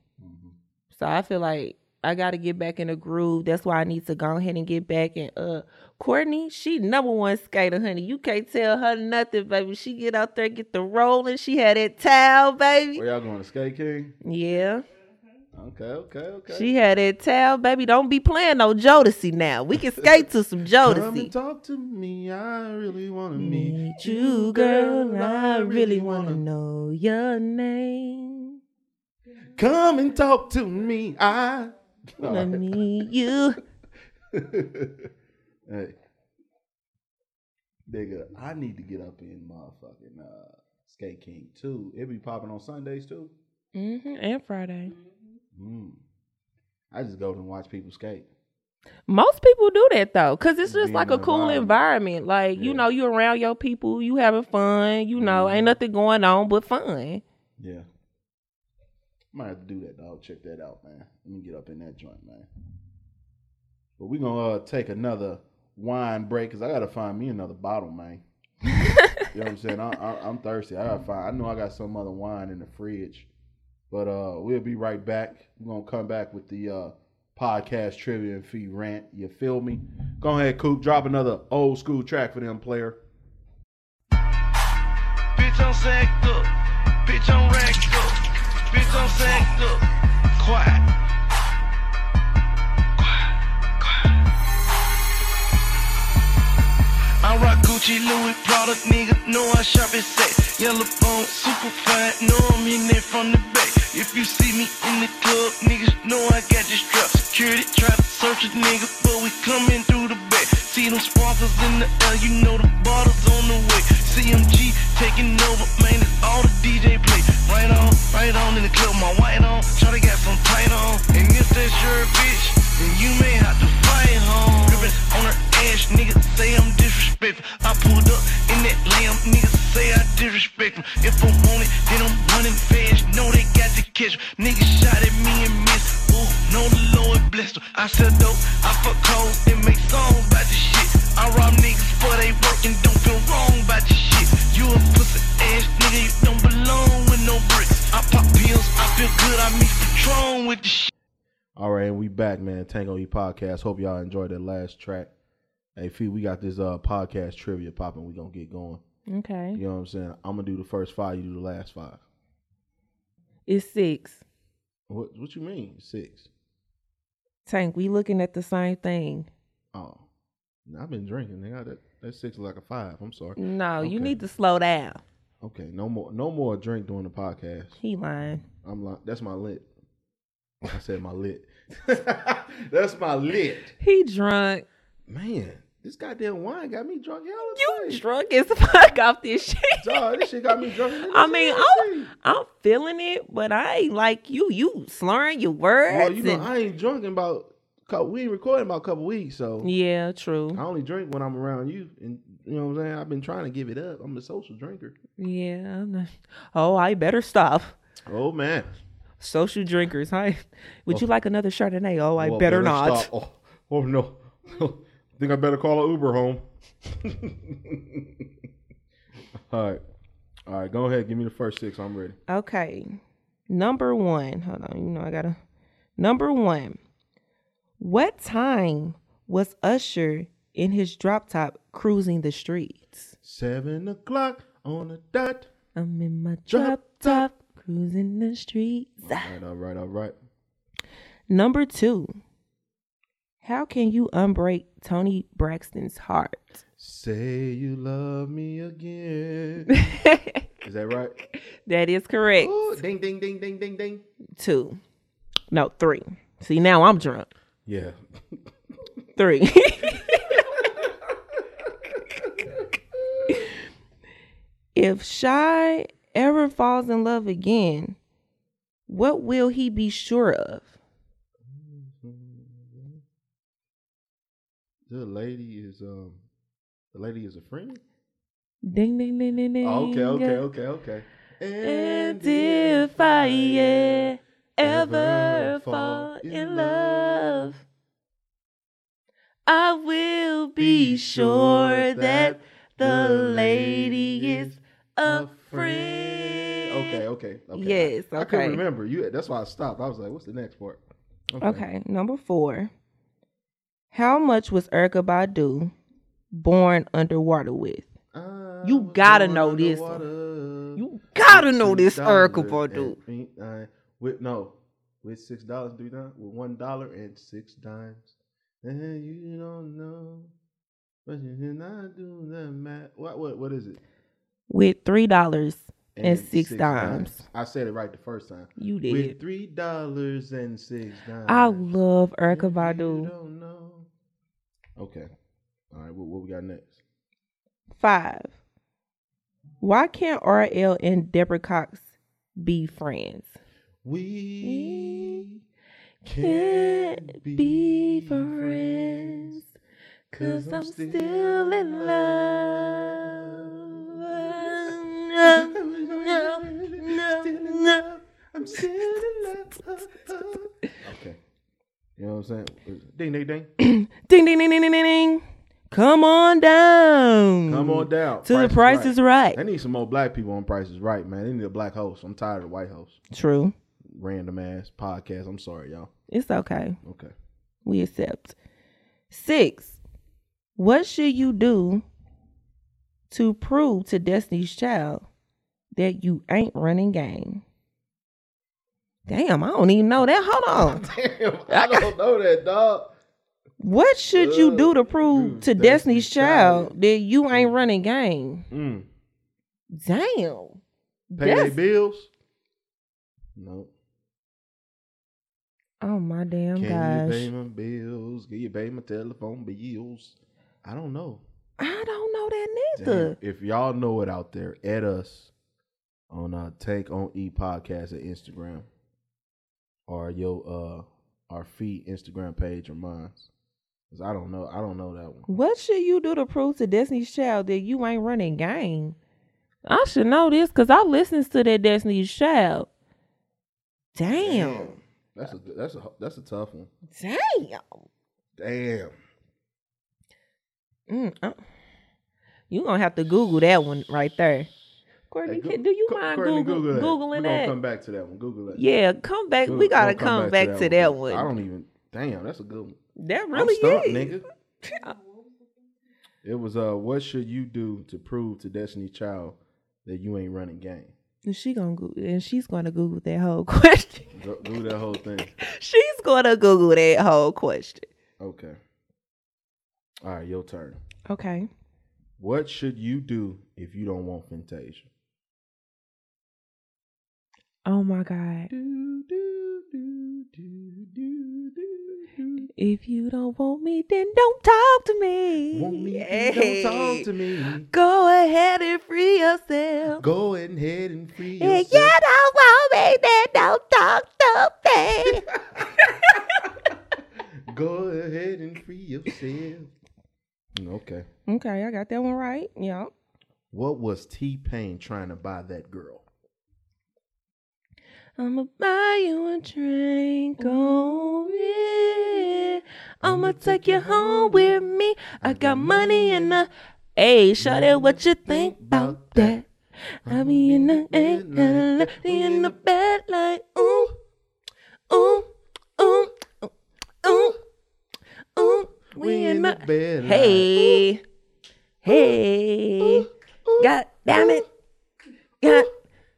S4: So I feel like I got to get back in the groove. That's why I need to go ahead and get back. And uh, Courtney, she number one skater, honey. You can't tell her nothing, baby. She get out there, get the rolling. She had that towel, baby.
S3: Where y'all going to skate, King?
S4: Yeah,
S3: Okay, okay, okay.
S4: she had that towel, baby. Don't be playing no Jodeci now. We can skate to some
S3: Come and
S4: Jodeci.
S3: talk to me. I really want to
S4: Need
S3: meet
S4: you, girl. I really wanna know your name.
S3: Come and talk to me. I.
S4: Wanna meet you.
S3: hey. Nigga, I need to get up in motherfucking uh, Skate King too. It be popping on Sundays too.
S4: Mm-hmm. And Friday.
S3: Mm. I just go and watch people skate.
S4: Most people do that though, cause it's just
S3: Be
S4: like
S3: in
S4: a
S3: the
S4: cool
S3: environment.
S4: environment. Like you
S3: Yeah. Mm-hmm.
S4: know, you around your people, you having fun. You know, ain't nothing going on but fun.
S3: Yeah. Might have to do that, dog. Check that out, man. Let me get up in that joint, man. But we gonna uh, take another wine break because I gotta find me another bottle, man. you know what I'm saying? I, I, I'm thirsty. I gotta find. I know I got some other wine in the fridge, but uh, we'll be right back. We're gonna come back with the uh, podcast trivia and fee rant. You feel me? Go ahead, Coop. Drop another old school track for them, player.
S1: Bitch, I'm sacked up. Bitch, I'm racked up. Bitch, I'm sacked up. Quiet. Quiet. Quiet. I rock Gucci, Louis, product, nigga. Know I shop at sex. Yellow phone, super fine. Know I'm in there from the back. If you see me in the club, niggas know I got your strap. Security try to search a nigga, but we coming through the back. See them sparkles in the air, you know the bottles on the way. CMG taking over, man, it's all the DJ play. Right on, right on in the club, my white on. Try to get some tight on. And if that's your bitch, then you may have to fight home. Gripping on her ass, nigga, say I'm disrespectful. I pulled up in that lamb, nigga, say I disrespectful. If I want it, then I'm running fast. No, they got to catch me. Nigga shot at me and missed. Ooh, no, the Lord blessed her. I sell dope, I fuck hoes, and make songs about this shit. I rob niggas for they work and don't feel wrong about this shit. You a pussy ass nigga, you don't belong with no bricks. I pop pills, I feel good, I mix Patron with the shit.
S3: All right, and we back, man. Tango E Podcast. Hope y'all enjoyed that last track. Hey, Fee, we got this uh podcast trivia popping. We gonna get going.
S4: Okay,
S3: You know what I'm saying? I'm gonna do the first five. You do the last five.
S4: it's six.
S3: What What you mean six?
S4: Tank, we looking at the same thing.
S3: Oh, nah, I've been drinking. Nigga. That that six is like a five. I'm sorry.
S4: No, you
S3: Okay.
S4: need to slow down.
S3: Okay, no more no more drink during the podcast.
S4: He lying.
S3: I'm like that's my lit. I said my lit. that's my lit.
S4: He drunk.
S3: Man, This goddamn wine got me drunk. Hell
S4: You drunk as fuck off this shit.
S3: Dog, this shit got me drunk.
S4: I mean, I'm, I'm feeling it, but I ain't like you. You slurring your words.
S3: well, you know,
S4: and-
S3: I ain't drunk in about. Couple, we ain't recording about a couple weeks, so
S4: yeah,
S3: I
S4: true.
S3: only drink when I'm around you, and you know what I'm saying. I've been trying to give it up. I'm a social drinker.
S4: Yeah. I'm not- oh, I better stop.
S3: Oh man,
S4: Social drinkers. Hi. Would you like another Chardonnay? Oh, I
S3: Well,
S4: better, not.
S3: stop. Oh, oh, no, think I better call an Uber home. all right, all right, go ahead. Give me the first six. I'm ready.
S4: Okay. Number one. Hold on. You know, I gotta. Number one. What time was Usher in his drop top cruising the streets?
S3: Seven o'clock on the dot.
S4: I'm in my
S3: Drop
S4: drop top cruising the streets.
S3: All right, all right, all right.
S4: Number two. How can you unbreak Tony Braxton's heart?
S3: Say you love me again.
S4: that
S3: Is that right?
S4: is correct.
S3: Ooh, ding, ding, ding, ding, ding, ding.
S4: Two. No, three. See, now I'm drunk.
S3: Yeah.
S4: Three. if Shy ever falls in love again, what will he be sure of?
S3: The lady is um, the lady is a friend.
S4: Ding ding ding ding ding.
S3: Oh, okay, okay, okay, okay.
S4: And if I yeah, ever fall in love, I will be sure that the lady is a friend.
S3: Okay, okay, okay.
S4: Yes,
S3: I couldn't
S4: okay.
S3: remember you. That's why I stopped. I was like, "What's the next part?"
S4: Okay, number four. How much was Erica Badu born underwater with?
S3: I
S4: You
S3: was
S4: gotta
S3: born
S4: know this one.
S3: underwater.
S4: You gotta know
S3: With
S4: this
S3: $6
S4: Erica
S3: and
S4: Badu.
S3: three dime- With no, with six dollars three dimes, with one dollar and six dimes, and you don't know, but you did not do that math. What what what is it?
S4: With three dollars, And six dimes.
S3: I said it right the first time.
S4: you
S3: With
S4: did.
S3: three dollars and six dimes.
S4: I love Erica
S3: If You
S4: Badu.
S3: don't know. Okay. All right. What, what we got next?
S4: Five. Why can't RL and Deborah Cox be friends?
S3: We
S4: Can't be friends, cause I'm still in love. no, no, no.
S3: I'm still in love. Okay. You know what I'm saying? Ding, ding, ding.
S4: Ding, ding, ding, ding, ding, ding, ding. Come on down.
S3: Come on down.
S4: To the price is right.
S3: They need some more black people on Price is Right, man. They need a black host. I'm tired of the white host.
S4: True.
S3: Random ass podcast. I'm sorry, y'all.
S4: It's okay.
S3: Okay.
S4: We accept. Six. What should you do to prove to Destiny's Child that you ain't running game? Damn, I don't even know that. Hold on.
S3: Damn, I don't know that, dog.
S4: What should you do to prove to
S3: Destiny's
S4: Destiny's
S3: Child.
S4: Child that you ain't running game?
S3: Mm.
S4: Damn.
S3: Pay their
S4: That's-
S3: bills? No.
S4: Oh my damn
S3: Can you pay
S4: gosh.
S3: my bills? Can you pay my telephone bills? I don't know.
S4: I don't know that
S3: Damn,
S4: neither.
S3: if y'all know it out there, at us on uh Tank on E podcast at Instagram or your uh our feed Instagram page or mine. Cause I don't know. I don't know that one.
S4: What should you do to prove to Destiny's Child that you ain't running game? I should know this because I listens to that Destiny's Child. Damn.
S3: That's a that's a that's a tough one.
S4: Damn.
S3: Damn.
S4: Mm, uh, you gonna have to Google that one right there. Courtney,
S3: Hey, Goo-
S4: can- do you
S3: Co-
S4: mind
S3: Courtney,
S4: Google,
S3: that.
S4: Googling
S3: We're gonna
S4: that?
S3: come back to that one. Google that.
S4: yeah, come back.
S3: Google-
S4: we gotta
S3: gonna
S4: come, back, to that one.
S3: I don't even. Damn, that's a good one.
S4: That
S3: I'm
S4: really
S3: stumped,
S4: is.
S3: nigga. It was uh, what should you do to prove to Destiny Child that you ain't running game?
S4: And she gonna Google, and she's gonna Google that whole question.
S3: Go, do that whole thing.
S4: she's gonna Google that whole question.
S3: Okay. All right, your turn.
S4: Okay.
S3: What should you do if you don't want Fantasia?
S4: Oh my god.
S3: Do, do, do, do, do, do, do.
S4: If you don't want me, then don't talk to me.
S3: Want me? then Don't talk to
S4: Hey.
S3: me.
S4: Go ahead and free yourself.
S3: Go ahead and free
S4: If
S3: yourself.
S4: you don't want me, then don't talk to me.
S3: Go ahead and free yourself. Okay.
S4: okay, I got that one right. Yeah.
S3: What was T Pain trying to buy that girl?
S4: I'ma buy you a drink, oh yeah. I'ma take you home with me. I got money in the. Hey, Shawty, what you think about that? I be in the bed, in the bed like ooh, ooh, ooh, ooh, ooh. We in the
S3: bed. like,
S4: Hey. Hey. God damn it. God,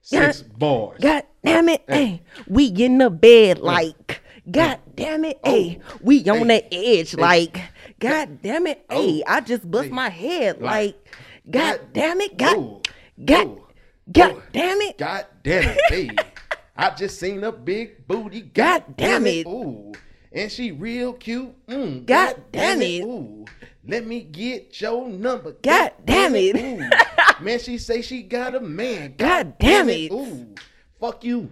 S3: six bars.
S4: God damn it. Hey. We in the bed like. God damn it. Hey. We on the edge like. God damn it. Hey. I just bust my head Oh. Eh. like. God damn it.
S3: Ooh.
S4: God. God.
S3: Ooh.
S4: God damn it.
S3: God damn it, hey. I just seen a big booty. God, damn it. Ooh. And she real cute. Mm,
S4: God damn it.
S3: Ooh. Let me get your number. God,
S4: damn it.
S3: Ooh. Man, she say she got a man. God,
S4: God damn it.
S3: Ooh. Fuck you.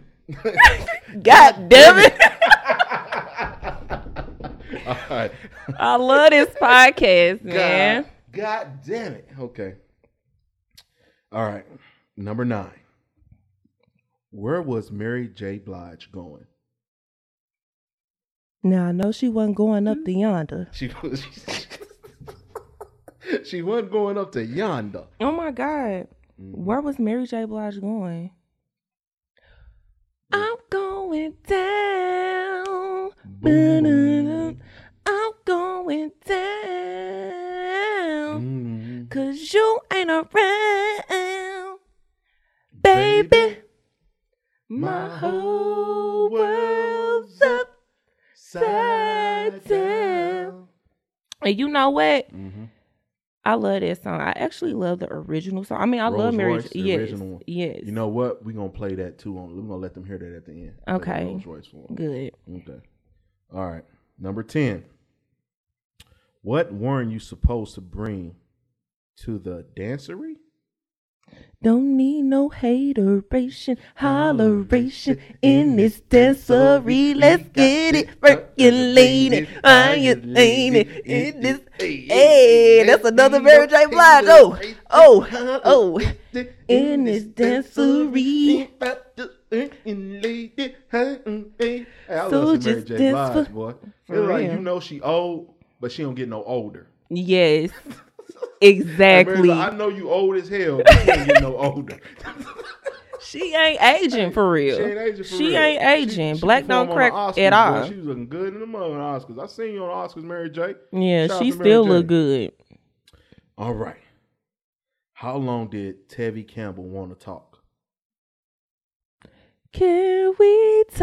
S4: God damn it.
S3: All right.
S4: I love this podcast, man.
S3: God, God damn it. Okay. All right. Number nine. Where was Mary J. Blige going?
S4: Now I know she wasn't going up the yonder.
S3: She was. she wasn't going up to yonder.
S4: Oh my God.
S3: Mm-hmm.
S4: Where was Mary J. Blige going? I'm going down.
S3: Boom,
S4: Ba-da-da. I'm going down.
S3: Mm.
S4: Cause you ain't around. Baby, my whole world's upside down. And you know what?
S3: Mhm.
S4: I love that song. I actually love the original song. I mean, I love
S3: Rolls
S4: Mary.
S3: Royce, the
S4: yes,
S3: original one.
S4: yes.
S3: You know what? We're gonna play that too. On we're gonna let them hear that at the end. Play the
S4: Okay.
S3: Rolls-Royce one.
S4: good.
S3: Okay. All right. Number ten. What weren't you supposed to bring to the dancery?
S4: Don't need no hateration, holleration in this dancery. Let's get it percolated. I ain't it in this. Hey, that's another Mary J. Blige. Oh, oh, oh. In this dancery.
S3: Hey, I love
S4: So
S3: some Mary
S4: just
S3: J.
S4: dance
S3: Blige,
S4: for-
S3: boy.
S4: for
S3: It's like you
S4: real.
S3: know she old, but she don't get no older.
S4: Yes,
S3: Like, Mary,
S4: exactly.
S3: I know you old as hell, but you don't get no older.
S4: She ain't aging for real.
S3: She ain't aging. For
S4: She
S3: real.
S4: ain't aging.
S3: she
S4: Black don't
S3: performed on
S4: crack
S3: the Oscars,
S4: at
S3: boy.
S4: all.
S3: She was looking good in the mother Oscars. I seen you on the Oscars, Mary J.
S4: yeah,
S3: Shout out
S4: she
S3: to Mary
S4: still
S3: J.
S4: look good.
S3: All right. How long did Tevy Campbell want to talk?
S4: Can we talk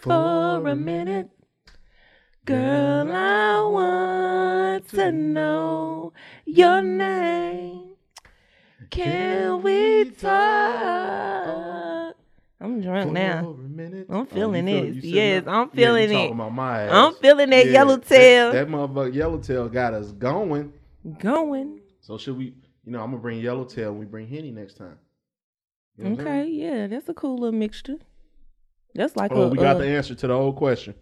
S4: for a minute? Girl, I want to know your name. Can we talk? I'm drunk now.
S3: For a minute.
S4: I'm
S3: Oh, you
S4: feeling
S3: feel-
S4: this.
S3: you feel
S4: Yes,
S3: that?
S4: I'm
S3: Yeah, you
S4: feeling
S3: talking
S4: it.
S3: about my ass.
S4: I'm feeling that
S3: That,
S4: yellowtail.
S3: that motherfucker yellowtail got us going.
S4: Going.
S3: So should we? You know, I'm gonna bring yellowtail when we bring Henny next time. You know what I'm saying?
S4: Okay, yeah, that's a cool little mixture. That's like
S3: Oh,
S4: a.
S3: we got
S4: uh,
S3: the answer to the old question.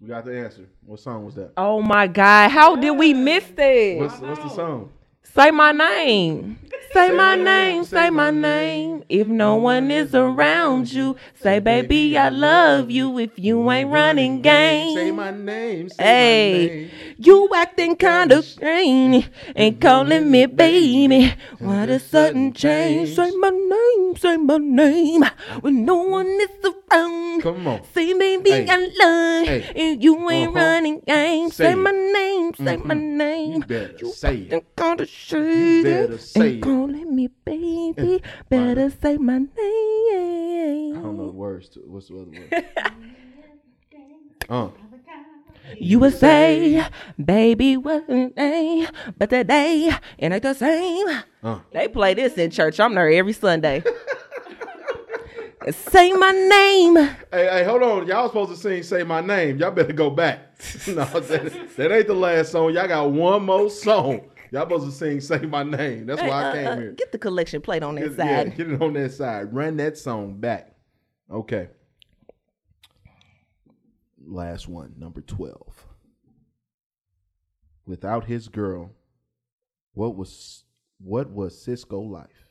S3: We got the answer. What song was that?
S4: oh my God, how did we miss that?
S3: What's, what's the song?
S4: Say my name. Say my name. Say my name. If no one is around you, say, baby, I love you. If you ain't running
S3: Say
S4: game,
S3: my name. Say my
S4: hey,
S3: name.
S4: you acting kind of strange and calling me baby. What a sudden change. Say my name. Say my name. When no one is around.
S3: Come on.
S4: Say baby,
S3: Hey.
S4: I love
S3: Hey.
S4: and you ain't
S3: Uh-huh.
S4: running game.
S3: Say
S4: Say, Mm-hmm.
S3: it.
S4: my name, say my
S3: You
S4: name.
S3: better say it.
S4: And call the shade.
S3: better say it.
S4: and calling me baby. Better say my
S3: I don't
S4: name.
S3: know the words to What's the other word? uh,
S4: You would say, baby, what a name. But today, it ain't the same.
S3: uh.
S4: They play this in church. I'm there every Sunday. Say my name.
S3: Hey, hey, hold on. Y'all supposed to sing Say My Name. Y'all better go back. No, that, that ain't the last song. Y'all got one more song. Y'all supposed to sing Say My Name. That's why I
S4: Uh,
S3: came
S4: uh,
S3: here.
S4: Get the collection plate on
S3: Get-
S4: that
S3: yeah,
S4: side.
S3: get it on that side. Run that song back. Okay. Last one, number 12. Without his girl, what was what was Cisco life?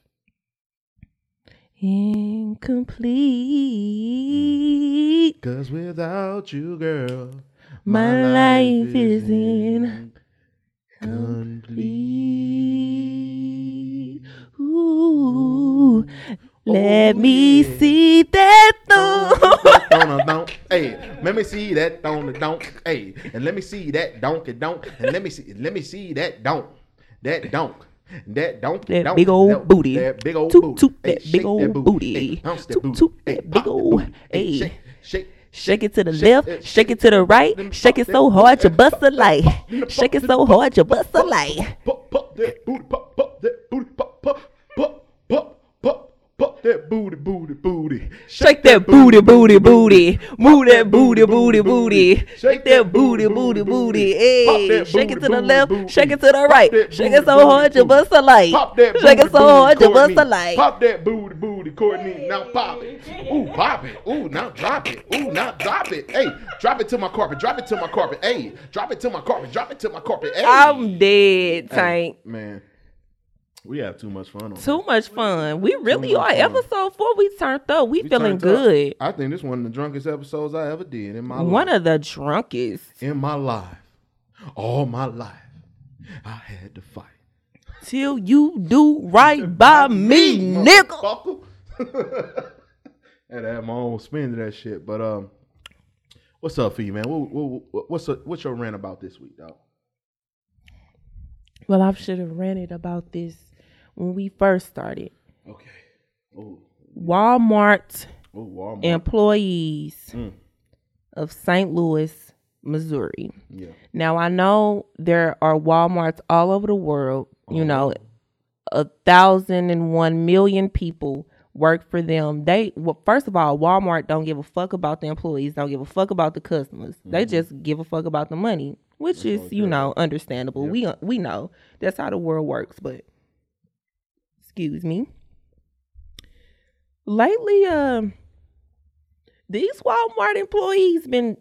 S4: Incomplete.
S3: Cause without you, girl,
S4: My life is in
S3: complete.
S4: Ooh, let
S3: Oh,
S4: me
S3: yeah.
S4: see that thumb.
S3: Don't-a-don't. hey, let me see that don't don't hey, and let me see that donkey don't and let me see let me see that don't that donk that donk
S4: That
S3: donk,
S4: big old
S3: that-
S4: booty.
S3: that big old
S4: Toot,
S3: booty
S4: toot,
S3: Hey,
S4: that big
S3: shake
S4: old booty.
S3: Hey, bounce that
S4: Toot,
S3: booty.
S4: toot,
S3: Hey,
S4: that big
S3: pop that
S4: old-
S3: booty. Hey,
S4: hey.
S3: shake shake
S4: Shake it to the
S3: Shake-
S4: left, shake it to the right, shake it so hard you bust a light. Shake it so hard you bust a light.
S3: pop pop that booty pop pop that booty pop pop pop pop pop pop that booty booty booty
S4: Shake that booty, booty, booty. Move that booty, booty, booty. Shake that booty, booty, booty. Hey, shake it to the left, shake it to the right. Shake it so hard you bust a light.
S3: Pop that booty,
S4: Shake it so
S3: booty,
S4: hard you
S3: Courtney.
S4: bust a light.
S3: Pop that booty, booty, Courtney. Now pop it. Ooh, pop it. Ooh, now drop it. Ooh, now drop it. Hey, drop it to my carpet. Drop it to my carpet. Hey, drop it to my carpet. Drop it to my carpet. Hey,
S4: I'm dead, Tank.
S3: man, we have too much fun on
S4: Too much fun. We really
S3: much
S4: are.
S3: fun.
S4: Episode four, we turned up. We,
S3: We
S4: feeling
S3: turned up.
S4: good.
S3: I think this one of the drunkest episodes I ever did in my
S4: One
S3: life.
S4: of the drunkest.
S3: in my life, all my life, I had to fight.
S4: Till you do right by me, nigga.
S3: Motherfucker. Had to have my own spin to that shit. But um, what's up, for you, man? What, what, what- what's up- what's your rant about this week, dog?
S4: Well, I should have ranted about this when we first started.
S3: Okay. Oh,
S4: Walmart
S3: oh, Walmart.
S4: employees
S3: Mm.
S4: of St. Louis, Missouri.
S3: yeah.
S4: Now I know there are Walmarts all over the world. You know, a thousand and one million people work for them. They well, first of all, Walmart don't give a fuck about the employees, don't give a fuck about the customers. They just give a fuck about the money, which is you know understandable. We uh, we know that's how the world works. But excuse me. Lately, um, these Walmart employees been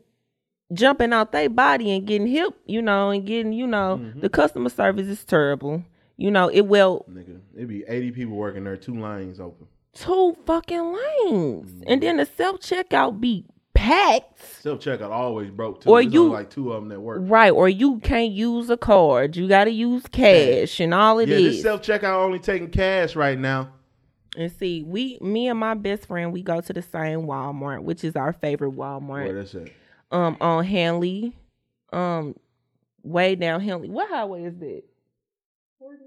S4: jumping out their body and getting hip, you know, and getting, you know,
S3: Mm-hmm.
S4: the customer service is terrible. You know, it well
S3: Nigga, it'd be 80 people working there, two lanes open.
S4: two fucking lanes.
S3: Mm-hmm.
S4: And then the self checkout be packed.
S3: Self checkout always broke, too.
S4: Or
S3: There's
S4: you-
S3: only like two of them that work.
S4: Right, or you can't use a card. You gotta use cash and all it
S3: Yeah,
S4: is.
S3: this self checkout only taking cash right now.
S4: and see, we me and my best friend, we go to the same Walmart, which is our favorite Walmart.
S3: Boy, that's it.
S4: um on Hanley, um way down Hanley. What highway is that? Forty.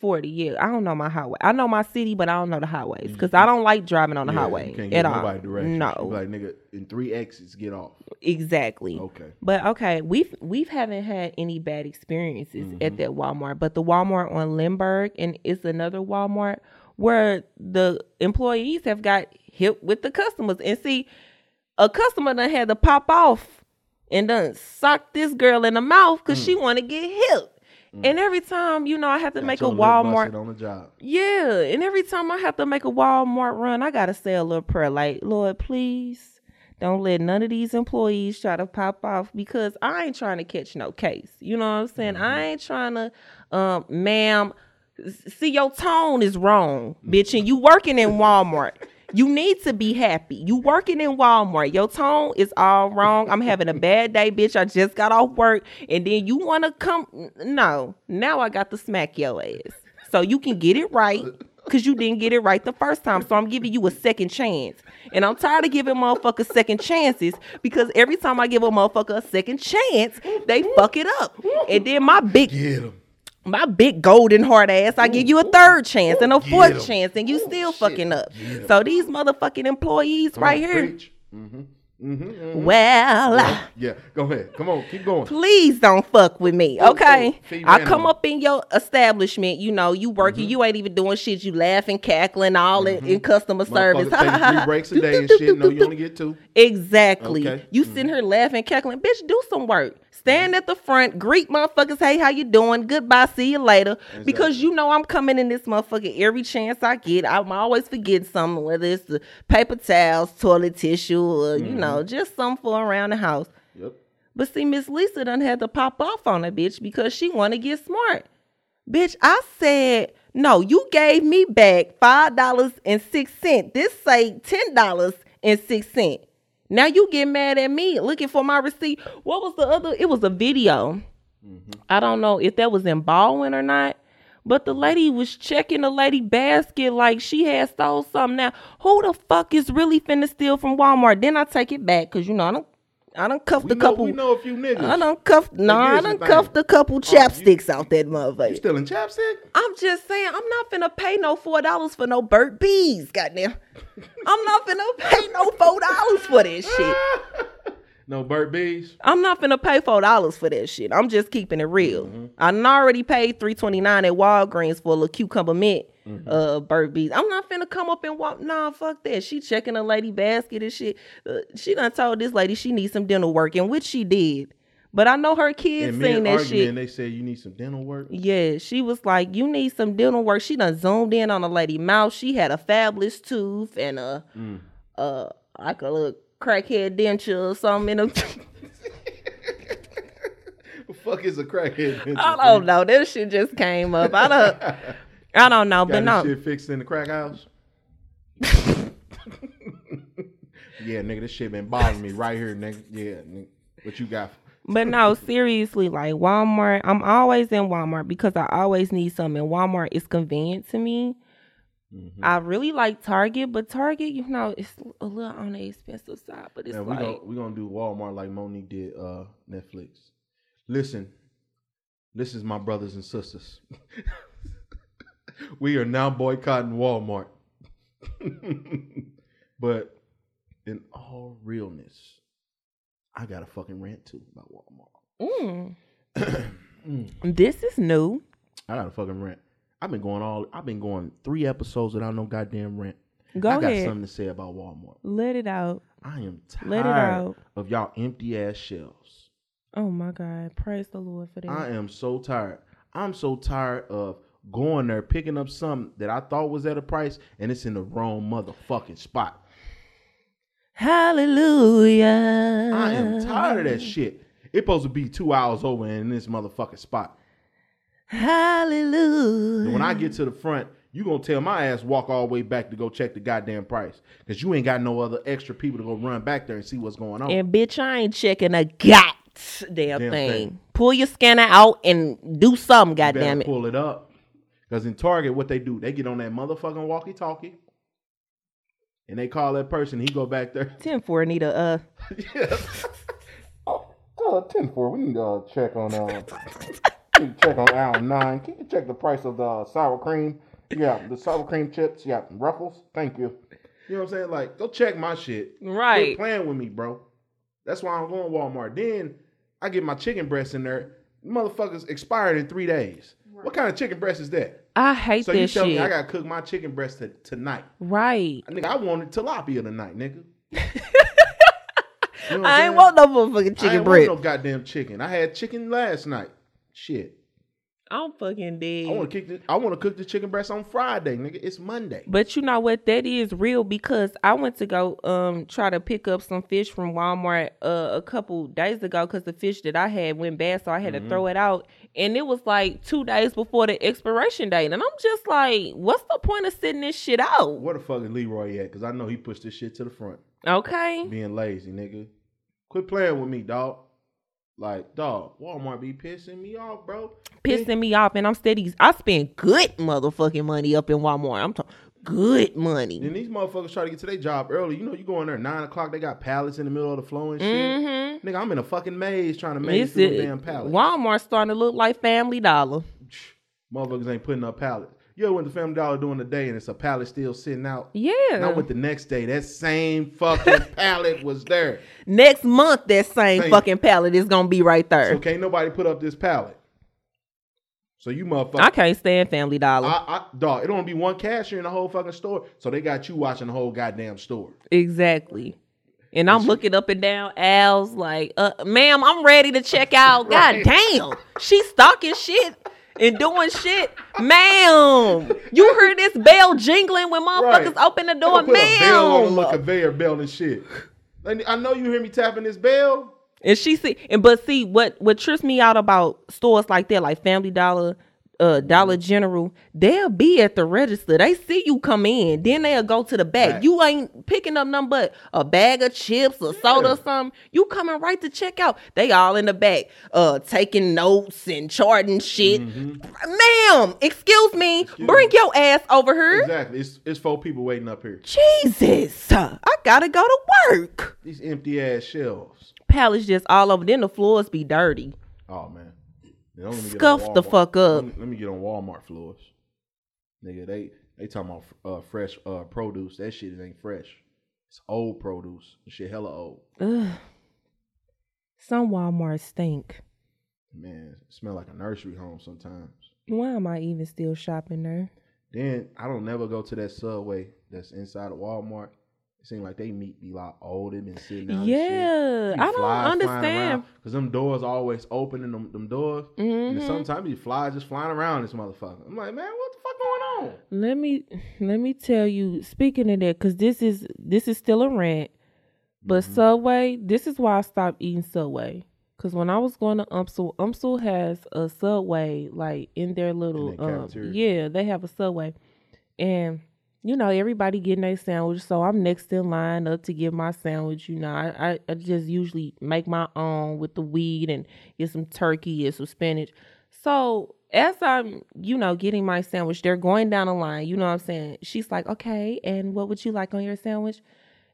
S4: Forty. Yeah, I don't know my highway. I know my city, but I don't know the highways because I don't like driving on the
S3: Mm-hmm. Yeah,
S4: highway
S3: You can't
S4: at
S3: give
S4: all.
S3: nobody directions.
S4: No,
S3: You be like, nigga, in three exits, get off.
S4: exactly.
S3: Okay.
S4: But okay, we've we've haven't had any bad experiences
S3: Mm-hmm.
S4: at that Walmart. But the Walmart on Lindbergh and it's another Walmart where the employees have got hip with the customers. And see, a customer done had to pop off and done sock this girl in the mouth because she wanna get hip. And every time, you know, I have to make a
S3: Mm. Got your little
S4: Walmart
S3: busted on the job.
S4: yeah, and every time I have to make a Walmart run, I gotta say a little prayer like, Lord, please don't let none of these employees try to pop off because I ain't trying to catch no case. You know what I'm saying? I ain't trying to, um, ma'am. s- See, your tone is wrong, bitch, and you working in Walmart. You need to be happy. You working in Walmart. Your tone is all wrong. I'm having a bad day, bitch. I just got off work, and then you want to come? n- No, now I got to smack your ass. So you can get it right, cause you didn't get it right the first time. So I'm giving you a second chance, and I'm tired of giving motherfuckers second chances because every time I give a motherfucker a second chance, they fuck it up, and then my big
S3: Get him.
S4: my big golden hard ass, I give you a third chance and a fourth chance, and you still fucking up. So these motherfucking employees right here,
S3: Preach. Mm-hmm,
S4: Well,
S3: yeah, go ahead. Come on, keep going.
S4: please don't fuck with me, okay?
S3: Female
S4: I come
S3: animal.
S4: up in your establishment, you know, you working,
S3: Mm-hmm.
S4: you ain't even doing shit, you laughing, cackling, all in, in customer service.
S3: Motherfucker take three breaks a
S4: Do,
S3: day
S4: do,
S3: and
S4: do,
S3: shit.
S4: do,
S3: No,
S4: do,
S3: you only get two.
S4: Exactly.
S3: Okay. Mm-hmm.
S4: You sitting here laughing, cackling. Bitch, do some work. Stand at the front, greet motherfuckers, hey, how you doing? Goodbye, see you later. Because you know I'm coming in this motherfucker every chance I get. I'm always forgetting something, whether it's the paper towels, toilet tissue, or you
S3: Mm-hmm.
S4: know, just some for around the house.
S3: Yep.
S4: But see, Miss Lisa done had to pop off on a bitch because she wanna get smart. Bitch, I said, no, you gave me back five dollars and six cents. This say ten dollars and six cents. Now you get mad at me looking for my receipt. What was the other? It was a video.
S3: Mm-hmm.
S4: I don't know if that was in Baldwin or not. But the lady was checking the lady basket like she had stole something. Now, who the fuck is really finna steal from Walmart? Then I take it back because you know I don't, I don't cuff
S3: We
S4: the
S3: know,
S4: couple.
S3: we know a few niggas.
S4: I don't cuff. No, I
S3: here's the
S4: don't
S3: thing. Oh,
S4: cuff the couple chapsticks out that motherfucker.
S3: You still in chapstick?
S4: I'm just saying, I'm not finna pay no four dollars for no Burt Bees, goddamn. I'm not finna pay no four dollars for that shit.
S3: No, Burt Bees.
S4: I'm not finna pay four dollars for that shit. I'm just keeping it real.
S3: Mm-hmm.
S4: I done already paid three twenty nine at Walgreens for a little cucumber mint
S3: Mm-hmm.
S4: uh Burt Bees. I'm not finna come up and walk. Nah, fuck that. She checking a lady basket and shit. Uh, she done told this lady she needs some dental work, and which she did. But I know her kids
S3: And
S4: seen
S3: men
S4: that
S3: arguing.
S4: shit.
S3: and They say you need some dental work.
S4: Yeah, she was like, "You need some dental work." She done zoomed in on the lady mouth. She had a fabulous tooth and a,
S3: Mm.
S4: uh, like a little crackhead denture or something. In them.
S3: The fuck is a crackhead? denture?
S4: I don't know. This shit just came up. I don't. I don't know, but
S3: Got
S4: no.
S3: this shit fixed in the crack house. yeah, nigga, this shit been bothering me right here, nigga. Yeah, nigga. what you got?
S4: But no, seriously, like Walmart, I'm always in Walmart because I always need something. And Walmart is convenient to me.
S3: Mm-hmm.
S4: I really like Target, but Target, you know, it's a little on the expensive side. But it's
S3: Man, we
S4: like,
S3: gonna we gonna do Walmart like Monique did uh, Netflix. Listen, this is my brothers and sisters. we are now boycotting Walmart. but in all realness, I got a fucking rant too about Walmart.
S4: mm.
S3: Mm.
S4: this is new.
S3: I got a fucking rant. I've been going all. I've been going three episodes without no goddamn rant.
S4: Go
S3: I got
S4: ahead.
S3: something to say about Walmart.
S4: Let it out.
S3: I am tired
S4: Let it out.
S3: of y'all empty ass shelves.
S4: Oh my God. Praise the Lord for that.
S3: I am so tired. I'm so tired of going there picking up something that I thought was at a price and it's in the wrong motherfucking spot.
S4: Hallelujah.
S3: I am tired of that shit. It's supposed to be two hours over in this motherfucking spot. And
S4: Hallelujah.
S3: when I get to the front, you gonna tell my ass walk all the way back to go check the goddamn price. Cause you ain't got no other extra people to go run back there and see what's going on.
S4: And bitch, I ain't checking a goddamn damn thing.
S3: thing.
S4: Pull your scanner out and do something,
S3: You better
S4: goddamn it.
S3: pull it up. Cause in Target, what they do, they get on that motherfucking walkie talkie and they call that person, he go back there.
S4: 10 for Anita. Uh,
S3: Uh, ten four. We need to uh, check on uh, we need to check on aisle nine. Can you check the price of the uh, sour cream? Yeah, the sour cream chips. Yeah, ruffles. Thank you. You know what I'm saying? Like, go check my shit. Quit
S4: right.
S3: playing with me, bro. That's why I'm going to Walmart. Then I get my chicken breast in there. Motherfuckers expired in three days. What kind of chicken breast is that?
S4: I hate
S3: So
S4: that
S3: you tell
S4: shit.
S3: me I gotta cook my chicken breast t- tonight?
S4: right.
S3: Nigga, I wanted tilapia tonight, nigga. You know what I'm
S4: I ain't
S3: saying?
S4: want no motherfucking
S3: I
S4: chicken
S3: ain't
S4: bread.
S3: want no goddamn chicken. I had chicken last night. Shit.
S4: I'm fucking dead.
S3: I want to kick. The, I want to cook the chicken breast on Friday, nigga. It's Monday.
S4: But you know what? That is real because I went to go um try to pick up some fish from Walmart uh, a couple days ago because the fish that I had went bad, so I
S3: Mm-hmm.
S4: had to throw it out. And it was like two days before the expiration date, and I'm just like, what's the point of sitting this shit out?
S3: Where the fuck is Leroy at? Because I know he pushed this shit to the front,
S4: Okay,
S3: being lazy, nigga. Quit playing with me, dog. Like, dog, Walmart be pissing me off, bro.
S4: pissing me off, and I'm steady. I spend good motherfucking money up in Walmart. I'm talking good money.
S3: Then these motherfuckers try to get to their job early. You know, you go in there at nine o'clock. They got pallets in the middle of the floor and shit.
S4: Mm-hmm.
S3: Nigga, I'm in a fucking maze trying to make
S4: This
S3: through a
S4: is
S3: damn pallet.
S4: Walmart starting to look like Family Dollar.
S3: Motherfuckers ain't putting up pallets. You ever went to Family Dollar during the day and it's a pallet still sitting out?
S4: Yeah.
S3: Not with the next day. That same fucking pallet was there.
S4: Next month, that same
S3: Same.
S4: fucking palette is gonna be right there.
S3: So can't nobody put up this pallet. So you motherfucker.
S4: I can't stand Family Dollar.
S3: I, I, dog, it only be one cashier in the whole fucking store. So they got you watching the whole goddamn store.
S4: exactly. And I'm looking up and down Al's like, uh, ma'am, I'm ready to check out. God damn. She's stalking shit and doing shit. ma'am. You heard this bell jingling when motherfuckers
S3: Right.
S4: open the door,
S3: They put a bell on the
S4: ma'am.
S3: conveyor belt and shit. And I know you hear me tapping this bell.
S4: And she see and but see what what trips me out about stores like that, like Family Dollar, uh Dollar General, they'll be at the register. They see you come in, then they'll go to the back.
S3: Right.
S4: You ain't picking up nothing but a bag of chips or soda or something. You coming right to check out. They all in the back, uh taking notes and charting shit. Ma'am, excuse me, bring your ass over here.
S3: Exactly. It's it's four people waiting up here.
S4: Jesus, I gotta go to work.
S3: These empty ass shelves.
S4: Pallets just all over. Then the floors be dirty.
S3: Oh man. Then don't let me get on
S4: Scuff the
S3: Walmart.
S4: fuck up.
S3: Let me, let me get on Walmart floors. Nigga, they they talking about uh, fresh uh, produce. That shit ain't fresh. It's old produce. That shit hella old.
S4: Ugh. Some Walmart stink.
S3: Man, smell like a nursery home sometimes.
S4: Why am I even still shopping there?
S3: Then I don't never go to that subway that's inside of Walmart. It seems like they meat be like old and been sitting down.
S4: Yeah, I don't understand. Mm-hmm.
S3: because them doors always open and them, them doors, and sometimes these flies just flying around this motherfucker. I'm like, man, what the fuck going on?
S4: Let me let me tell you. Speaking of that, because this is this is still a rant, but Subway. This is why I stopped eating Subway. Because when I was going to Umsel, Umsel has a Subway like in their little
S3: In their
S4: um,
S3: cafeteria.
S4: yeah, they have a Subway, and you know everybody getting their sandwich. So I'm next in line up to get my sandwich. You know, I I, I just usually make my own with the weed and get some turkey and some spinach. So as I'm, you know, getting my sandwich, they're going down the line. You know what I'm saying? She's like, okay, and what would you like on your sandwich?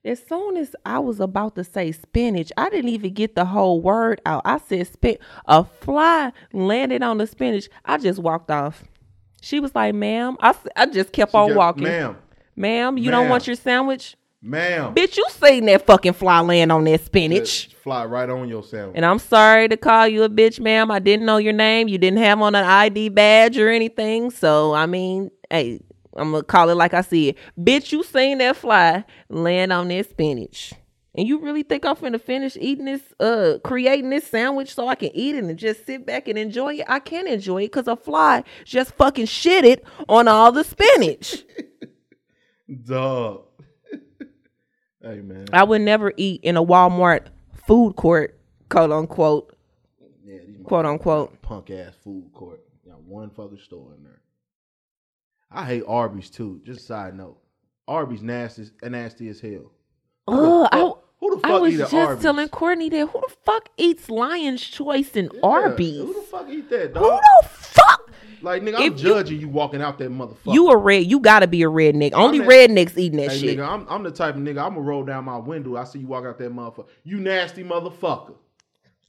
S4: As soon as I was about to say spinach, I didn't even get the whole word out. I said spin. A fly landed on the spinach. I just walked off. She was like, "Ma'am," I, s- I just kept on
S3: Just,
S4: walking.
S3: ma'am,
S4: Ma'am, you don't
S3: Ma'am.
S4: want your sandwich,
S3: ma'am.
S4: bitch. You seen that fucking fly land on that spinach?
S3: Just Fly right on your sandwich.
S4: And I'm sorry to call you a bitch, ma'am. I didn't know your name. You didn't have on an ID badge or anything. So, I mean, hey, I'm going to call it like I see it. Bitch, you seen that fly land on that spinach. And you really think I'm finna finish eating this, uh, creating this sandwich so I can eat it and just sit back and enjoy it? I can't enjoy it because a fly just fucking shitted on all the spinach.
S3: Duh. hey man.
S4: I would never eat in a Walmart food court, quote unquote,
S3: yeah, these
S4: quote unquote.
S3: punk ass food court. Got one fucking store in there. I hate Arby's too. Just a side note, Arby's nasty, nasty as hell.
S4: Ugh, I,
S3: fuck- who the
S4: I
S3: fuck
S4: was
S3: eat at
S4: just
S3: Arby's?
S4: telling Courtney that who the fuck eats Lion's Choice and
S3: Yeah,
S4: Arby's?
S3: Who the fuck eat that, dog?
S4: Who the fuck?
S3: like nigga, I'm
S4: If you-
S3: judging you, walking out that motherfucker.
S4: You a red? You gotta be a redneck. Only
S3: at-
S4: rednecks eating that
S3: hey,
S4: shit.
S3: nigga, I'm, I'm the type of nigga. I'm gonna roll down my window. I see you walk out that motherfucker. You nasty motherfucker.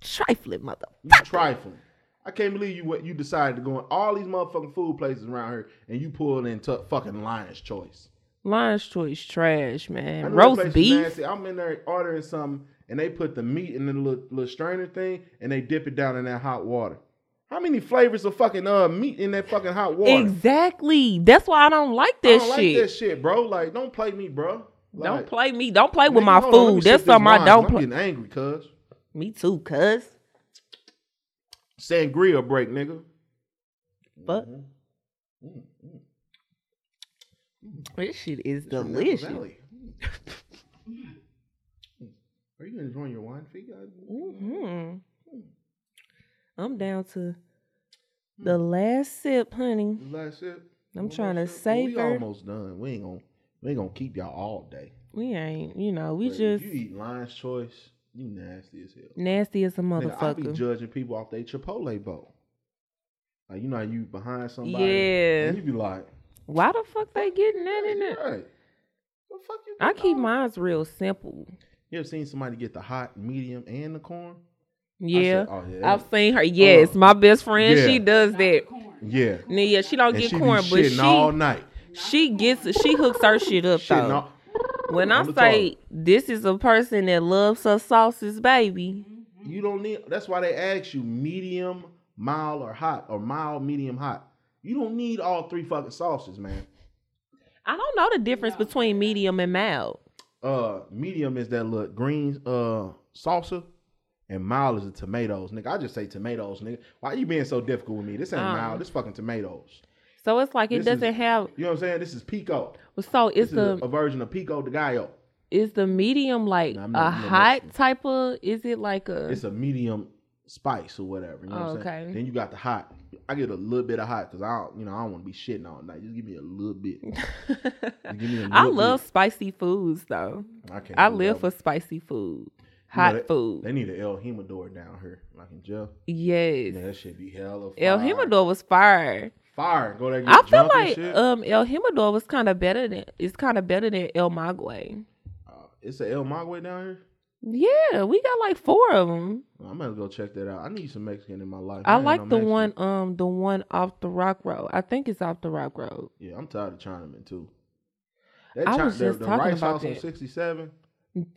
S4: Trifling mother.
S3: You trifling. I can't believe you went- you decided to go in all these motherfucking food places around here and you pulled in tu- fucking Lion's Choice.
S4: Lion's Choice trash,
S3: I
S4: man.
S3: know that
S4: Roast
S3: place
S4: beef.
S3: is nasty. I'm in there ordering something, and they put the meat in the little, little strainer thing, and they dip it down in that hot water. How many flavors of fucking uh meat in that fucking hot water?
S4: Exactly. That's why I don't like
S3: I
S4: that
S3: don't
S4: shit.
S3: like that shit, bro. Like, don't play me, bro. Like,
S4: don't play me. Don't play with
S3: nigga,
S4: my
S3: hold on, let me
S4: food. That's
S3: sip this
S4: something I
S3: wine,
S4: don't
S3: I'm
S4: play.
S3: getting angry, cuz.
S4: Me too, cuz.
S3: Sangria break, nigga.
S4: Fuck.
S3: Mm-hmm.
S4: This shit is
S3: From Napa
S4: delicious.
S3: Valley. Are you enjoying your wine, Fee? I-
S4: hmm I'm down to
S3: Hmm.
S4: the last sip, honey.
S3: Last sip.
S4: I'm
S3: One
S4: trying
S3: more
S4: to
S3: sip.
S4: savor.
S3: We almost done. We ain't gonna we ain't gonna keep y'all all day.
S4: We ain't, you know, we
S3: But
S4: just
S3: if you eat Lion's Choice, you nasty as hell.
S4: nasty as a
S3: Nigga, I be
S4: motherfucker.
S3: judging people off their Chipotle bowl. Like you know, how you behind somebody,
S4: Yeah.
S3: and you be like,
S4: Why the fuck they getting that in
S3: "Hey,
S4: it?
S3: right. The fuck you
S4: I
S3: doing?"
S4: keep mine real simple.
S3: You ever seen somebody get the hot, medium, and the corn?
S4: Yeah.
S3: oh, yeah, that-
S4: I've seen her. Yes, my best friend,
S3: Yeah.
S4: she does that.
S3: Yeah.
S4: Now, yeah, she don't
S3: And
S4: get
S3: she be
S4: corn, but
S3: shitting
S4: she
S3: all night.
S4: she gets she hooks her shit up
S3: Shitting
S4: though.
S3: all.
S4: when I
S3: on the
S4: say
S3: top.
S4: this is a person that loves her sauces, baby.
S3: You don't need. That's why they ask you medium, mild, or hot, or mild, medium, hot. You don't need all three fucking sauces, man.
S4: I don't know the difference between medium and mild.
S3: Uh, medium is that little green uh salsa, and mild is the tomatoes, nigga. I just say tomatoes, nigga. Why you being so difficult with me? This ain't
S4: Oh.
S3: mild. This fucking tomatoes.
S4: So it's like
S3: This
S4: it
S3: is-
S4: doesn't have.
S3: You know what I'm saying? This is pico.
S4: So
S3: This
S4: it's
S3: is a,
S4: the
S3: a version of pico de gallo.
S4: is the medium like
S3: Nah, I'm not-
S4: a
S3: I'm not
S4: hot type of? Is it like a?
S3: It's a medium spice or whatever. You know what I'm saying?
S4: Okay.
S3: Then you got the hot. I get a little bit of hot because I, don't, you know, I don't want to be shitting all night. Just give me a little bit. Just give me a
S4: I
S3: little
S4: love spicy foods though.
S3: bit. I, can't
S4: I
S3: do that.
S4: live for
S3: You
S4: spicy food,
S3: know,
S4: hot
S3: they-
S4: food.
S3: They need an El Himador down here, like in jail.
S4: yes,
S3: Man, that should be hella fire.
S4: El Himador was fire.
S3: Fire. Go there. and Get
S4: I feel
S3: drunk and
S4: like
S3: shit.
S4: um El Himador was kind of better than it's kind of better than El Maguey.
S3: Uh, it's an El Magway down here.
S4: Yeah, we got like four of them.
S3: I might as well go check that out. I need some Mexican in my life.
S4: I
S3: Man,
S4: like
S3: I'm
S4: the
S3: Mexican.
S4: one um the one off the Rock Road. I think it's off the Rock Road.
S3: Yeah, I'm tired of Chinamen too. That
S4: I
S3: Chi-
S4: was
S3: the-
S4: just
S3: the
S4: talking
S3: rice
S4: about
S3: house on
S4: that.
S3: 67.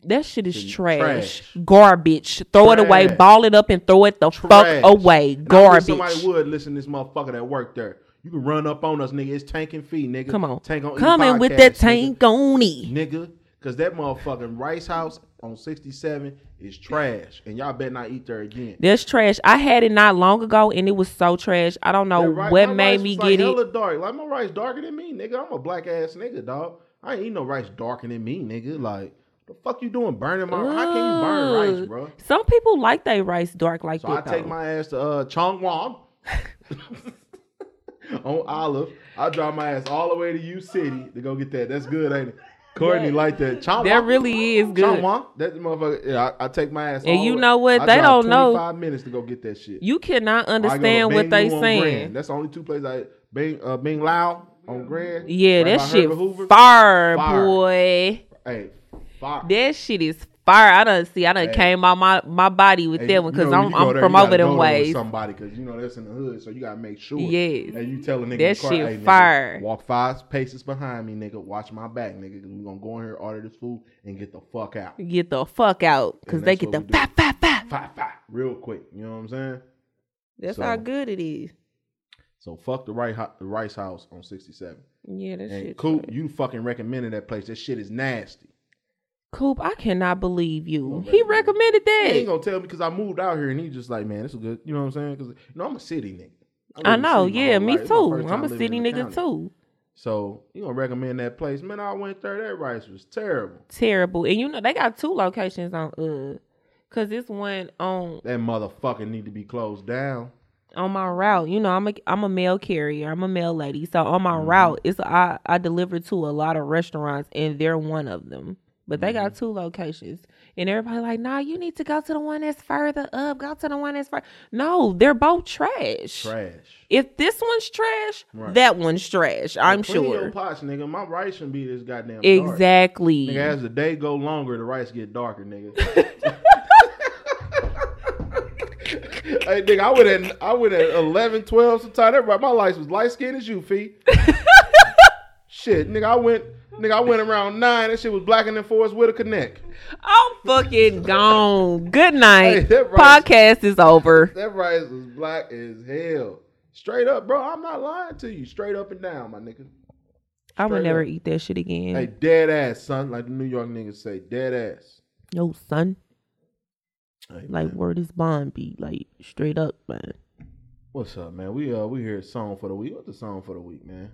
S4: That shit is
S3: Shit,
S4: trash.
S3: trash.
S4: Garbage. Throw it away.
S3: Trash.
S4: Ball it up and throw it the
S3: Trash.
S4: fuck away.
S3: And I wish
S4: Garbage.
S3: Somebody would listen to this motherfucker that worked there. You can run up on us, nigga. It's tank and fee, nigga.
S4: Come on.
S3: Tank on E!
S4: Coming with
S3: Podcast,
S4: that tank on
S3: nigga.
S4: it.
S3: nigga. Cause that motherfucking rice house on 67 is trash. And y'all better not eat there again.
S4: That's trash. I had it not long ago and it was so trash. I don't know
S3: That ri-
S4: what
S3: my
S4: made
S3: rice
S4: me
S3: was,
S4: get
S3: like
S4: it.
S3: hella dark. Like my rice darker than me, nigga. I'm a black ass nigga, dog. I ain't eat no rice darker than me, nigga. Like the fuck you doing burning my how can you burn rice,
S4: Ugh.
S3: bro?
S4: Some people like they rice dark like
S3: So I
S4: that.
S3: take
S4: though.
S3: my ass to uh, Chong Wong on Olive. I drive my ass all the way to U City to go get that. That's good, ain't it? Courtney
S4: That-
S3: like that. Chong
S4: that
S3: Wong.
S4: really is
S3: Chong
S4: good.
S3: Wong. That motherfucker. Yeah, I, I take my ass.
S4: And
S3: all
S4: you
S3: the way.
S4: know what?
S3: I
S4: They
S3: drive
S4: don't know.
S3: Five minutes to go get that shit.
S4: You
S3: I
S4: cannot
S3: go to
S4: understand
S3: Bing
S4: what they
S3: Lu on Grand.
S4: saying.
S3: That's the only two places I Bing uh, Bing Lao on Grand.
S4: Yeah,
S3: right
S4: that
S3: by
S4: shit
S3: Herbert Hoover.
S4: fire,
S3: Fire.
S4: boy.
S3: Hey, fire.
S4: That shit is fire. I done see. I done
S3: Hey.
S4: came out my my body with
S3: Hey,
S4: that
S3: you
S4: one because
S3: know
S4: I'm
S3: you go
S4: I'm
S3: there,
S4: from
S3: you gotta go
S4: over
S3: there
S4: them
S3: with
S4: ways.
S3: Somebody, because you know that's in the hood, so you gotta make sure.
S4: Yes.
S3: And you tell a nigga, in
S4: That
S3: the car,
S4: shit
S3: hey, nigga,
S4: fire."
S3: Walk five paces behind me, nigga. Watch my back, nigga. Cause we gonna go in here, order this food, and get the fuck out.
S4: Get the fuck out because
S3: And
S4: they
S3: that's
S4: get the
S3: what we do.
S4: fa fa fa.
S3: Five, five, real quick. You know what I'm saying?
S4: That's
S3: So-
S4: how good it is.
S3: So fuck the right ho- the rice house on 67.
S4: Yeah, that
S3: And
S4: shit.
S3: Coop, you fucking recommended that place. That shit is nasty.
S4: Coop, I cannot believe you.
S3: don't
S4: He
S3: recommend it.
S4: recommended
S3: He ain't
S4: that.
S3: gonna tell me because I moved out here, and he just like, man, this is good. You know what I'm saying? Because you know I'm a city nigga. live
S4: I
S3: in the
S4: know.
S3: city my
S4: Yeah,
S3: whole
S4: me
S3: life. It's my
S4: too.
S3: first time
S4: I'm a
S3: living
S4: city
S3: in the
S4: nigga
S3: county.
S4: too.
S3: So you gonna recommend that place? Man, I went there. That rice was terrible.
S4: Terrible. And you know they got two locations on uh, cause this one on
S3: That motherfucker need to be closed down.
S4: on my route, you know, I'm a I'm a mail carrier. I'm a mail lady. So on
S3: Mm-hmm.
S4: my route, it's I I deliver to a lot of restaurants, and they're one of them. But they
S3: Mm-hmm.
S4: got two locations, and everybody like, nah, you need to go to the one that's further up. Go to the one that's far. No, they're both trash.
S3: Trash.
S4: If this one's trash,
S3: Right.
S4: that one's trash. I'm
S3: Clean your
S4: sure.
S3: pots, nigga. My rice shouldn't be this goddamn dark.
S4: Exactly.
S3: Nigga, as the day go longer, the rice get darker, nigga. hey, nigga, I went at I went at 11, 12 sometime. Everybody, my life was light skinned as you, fee. shit, nigga, I went, nigga, I went around nine. That shit was blacking and forest with a connect.
S4: I'm fucking gone. Good night.
S3: that rice-
S4: Podcast is over.
S3: That rice was black as hell. Straight up, bro. I'm not lying to you. Straight up and down, my nigga.
S4: I would
S3: Straight
S4: never
S3: up.
S4: eat that shit again.
S3: Hey, dead ass, son. Like the New York niggas say, dead ass.
S4: Yo, son.
S3: Hey,
S4: Like
S3: man.
S4: where this bond be? Like straight up, man.
S3: what's up, man? We uh, we here at song for the week. What's the song for the week, man?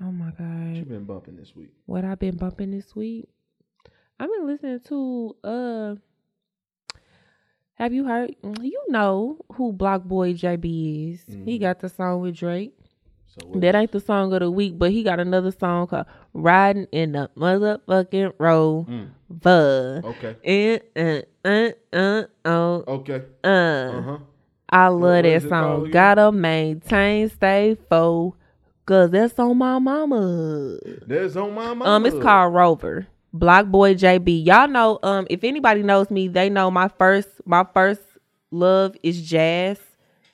S4: Oh my
S3: What you
S4: god.
S3: been bumping this week?
S4: What I've been bumping this week? I've been listening to uh have you heard you know who Block Boy JB is. He
S3: Mhm.
S4: got the song with Drake.
S3: So what-
S4: That ain't the song of the week, but he got another song called Riding in the Motherfucking Road.
S3: Mm,
S4: Vuh.
S3: okay,
S4: Eh, eh, eh, eh, oh,
S3: okay,
S4: uh.
S3: uh huh.
S4: I
S3: what
S4: love
S3: is
S4: that
S3: it called
S4: song.
S3: again?
S4: Gotta maintain, stay focused. That's on my mama.
S3: That's on my mind.
S4: Um, it's called Rover. Block Boy JB. Y'all know. Um, if anybody knows me, they know my first my first love is jazz.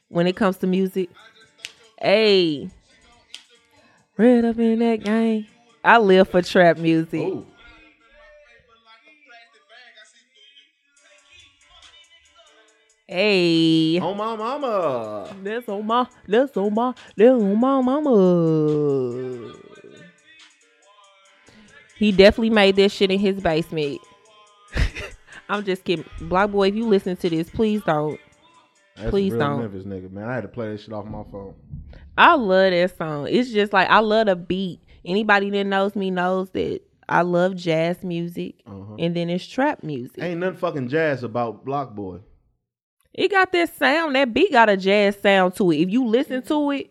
S4: When it comes to music, Hey, red up in that gang. I live for trap music.
S3: Ooh.
S4: Hey,
S3: Oh my mama.
S4: that's on my, that's on my, that's on my mama. He definitely made this shit in his basement. I'm just kidding, Block Boy. If you listen to this, please don't.
S3: That's
S4: Please
S3: real
S4: don't.
S3: Memphis nigga, man. I had to play that shit off my phone.
S4: I love that song. It's just like I love the beat. Anybody that knows me knows that I love jazz music,
S3: Uh-huh.
S4: and then it's trap music.
S3: Ain't nothing fucking jazz about Block Boy.
S4: It got that sound. That beat got a jazz sound to it. If you listen to it,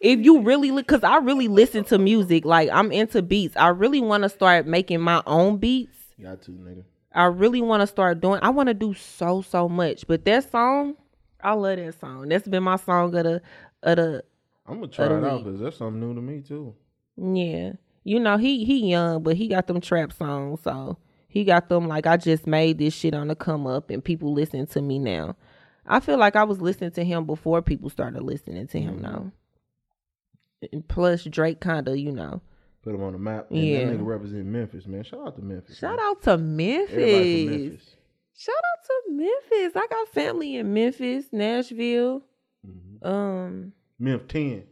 S4: if you really, li- cause I really listen to music. Like I'm into beats. I really want to start making my own beats.
S3: Got to, nigga.
S4: I really want to start doing. I want to do so so much. But that song, I love that song. That's been my song of the of the
S3: I'm gonna try it
S4: Utterly.
S3: out because that's something new to me too.
S4: Yeah. You know, he he young, but he got them trap songs, so he got them like I just made this shit on the come up and people listen to me now. I feel like I was listening to him before people started listening to him now.
S3: Mm-hmm.
S4: And plus Drake kinda, you know.
S3: Put him on the map. And
S4: Yeah.
S3: that nigga represent Memphis, man. Shout out to Memphis.
S4: Shout
S3: man.
S4: out to Memphis.
S3: Everybody from Memphis.
S4: Shout out to Memphis. I got family in Memphis, Nashville,
S3: Mm-hmm.
S4: um,
S3: Memphis 10.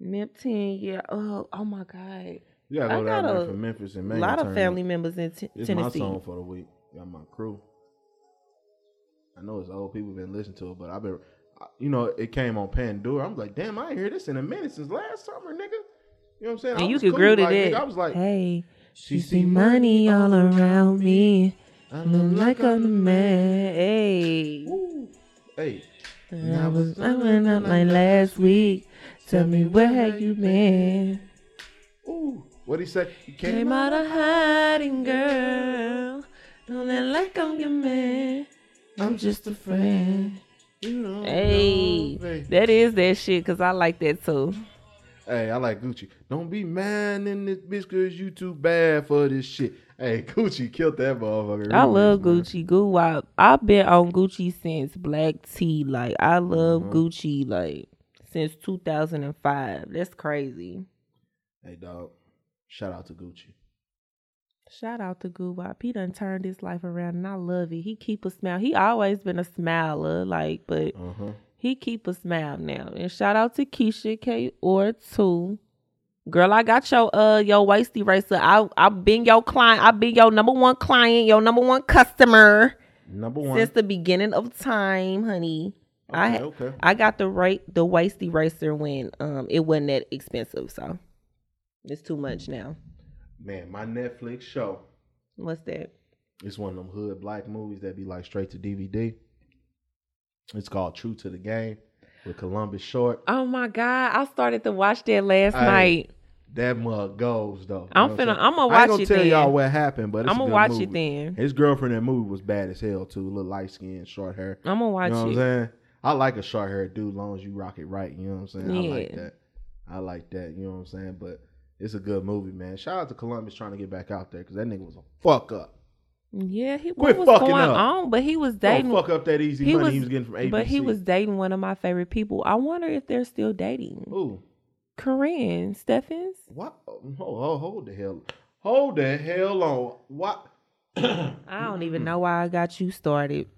S4: Mempton, yeah. Oh, oh my God.
S3: You gotta
S4: I
S3: go down
S4: got
S3: there
S4: a
S3: from Memphis and
S4: A
S3: man.
S4: lot
S3: turn
S4: of
S3: up.
S4: family members in T-
S3: It's
S4: Tennessee.
S3: my song for the week. Got my crew. I know it's old people been listening to it, but I've been, I- you know, it came on Pandora. I'm like, damn, I ain't hear this in a minute since last summer, nigga. You know what I'm saying? I
S4: And you
S3: was
S4: could
S3: cool.
S4: grill to
S3: like,
S4: that.
S3: nigga, I was like,
S4: hey,
S3: she
S4: you see money all around me.
S3: I
S4: Look like I'm the man. Hey.
S3: Woo. Hey,
S4: And I was I went out like last week. Tell me where have you been?
S3: ooh, what he say? You
S4: Came out of hiding, girl. Don't act like I'm your man. I'm just a friend.
S3: You don't
S4: Hey,
S3: know, babe.
S4: that is that shit, cause I like that too.
S3: Hey, I like Gucci. Don't be mad in this bitch cause you too bad for this shit. Hey, Gucci killed that moththerfucker.
S4: I
S3: Remix,
S4: love
S3: man.
S4: Gucci. Goo Wop. I've been on Gucci since Black Tea. Like I love Gucci. Like since 2005. That's crazy.
S3: Hey, dog. Shout out to Gucci.
S4: Shout out to Goo Wop. He done turned his life around, and I love it. He keep a smile. He always been a smiler, like, but
S3: Uh huh.
S4: he keep a smile now. And shout out to Keisha K or two. Girl, I got your uh your waist eraser. I I've been your client. I've been your number one client, your number one customer.
S3: Number one.
S4: since the beginning of time, honey. I
S3: Okay, okay.
S4: I got the right the waist eraser when um it wasn't that expensive, so it's too much now.
S3: Man, my Netflix show.
S4: What's that?
S3: It's one of them hood black movies that be like straight to DVD. It's called True to the Game with Columbus Short.
S4: Oh my god, I started to watch that last
S3: Hey,
S4: night.
S3: That mug goes though. You
S4: I'm
S3: know what
S4: finna-
S3: saying?
S4: I'ma
S3: I
S4: watch
S3: ain't gonna
S4: it
S3: tell
S4: then.
S3: y'all what happened, but it's
S4: I'ma
S3: a good
S4: watch
S3: movie.
S4: it then.
S3: His girlfriend in that movie was bad as hell too. Little light skin, short hair.
S4: I'm gonna watch
S3: you know what I'm
S4: it.
S3: saying? I like a short haired dude long as you rock it right. You know what I'm saying? I like
S4: Yeah.
S3: that. I like that. You know what I'm saying? But it's a good movie, man. Shout out to Columbus trying to get back out there because that nigga was a fuck up.
S4: Yeah, he
S3: Quit
S4: what was
S3: fucking
S4: going
S3: up.
S4: on, but he was
S3: Don't
S4: dating
S3: fuck up that easy money he was getting from ABC.
S4: But he was dating one of my favorite people. I wonder if they're still dating.
S3: Ooh,
S4: Corinne Steffens.
S3: what? Hold, hold, hold the hell, hold the hell on. What?
S4: I don't even know why I got you started.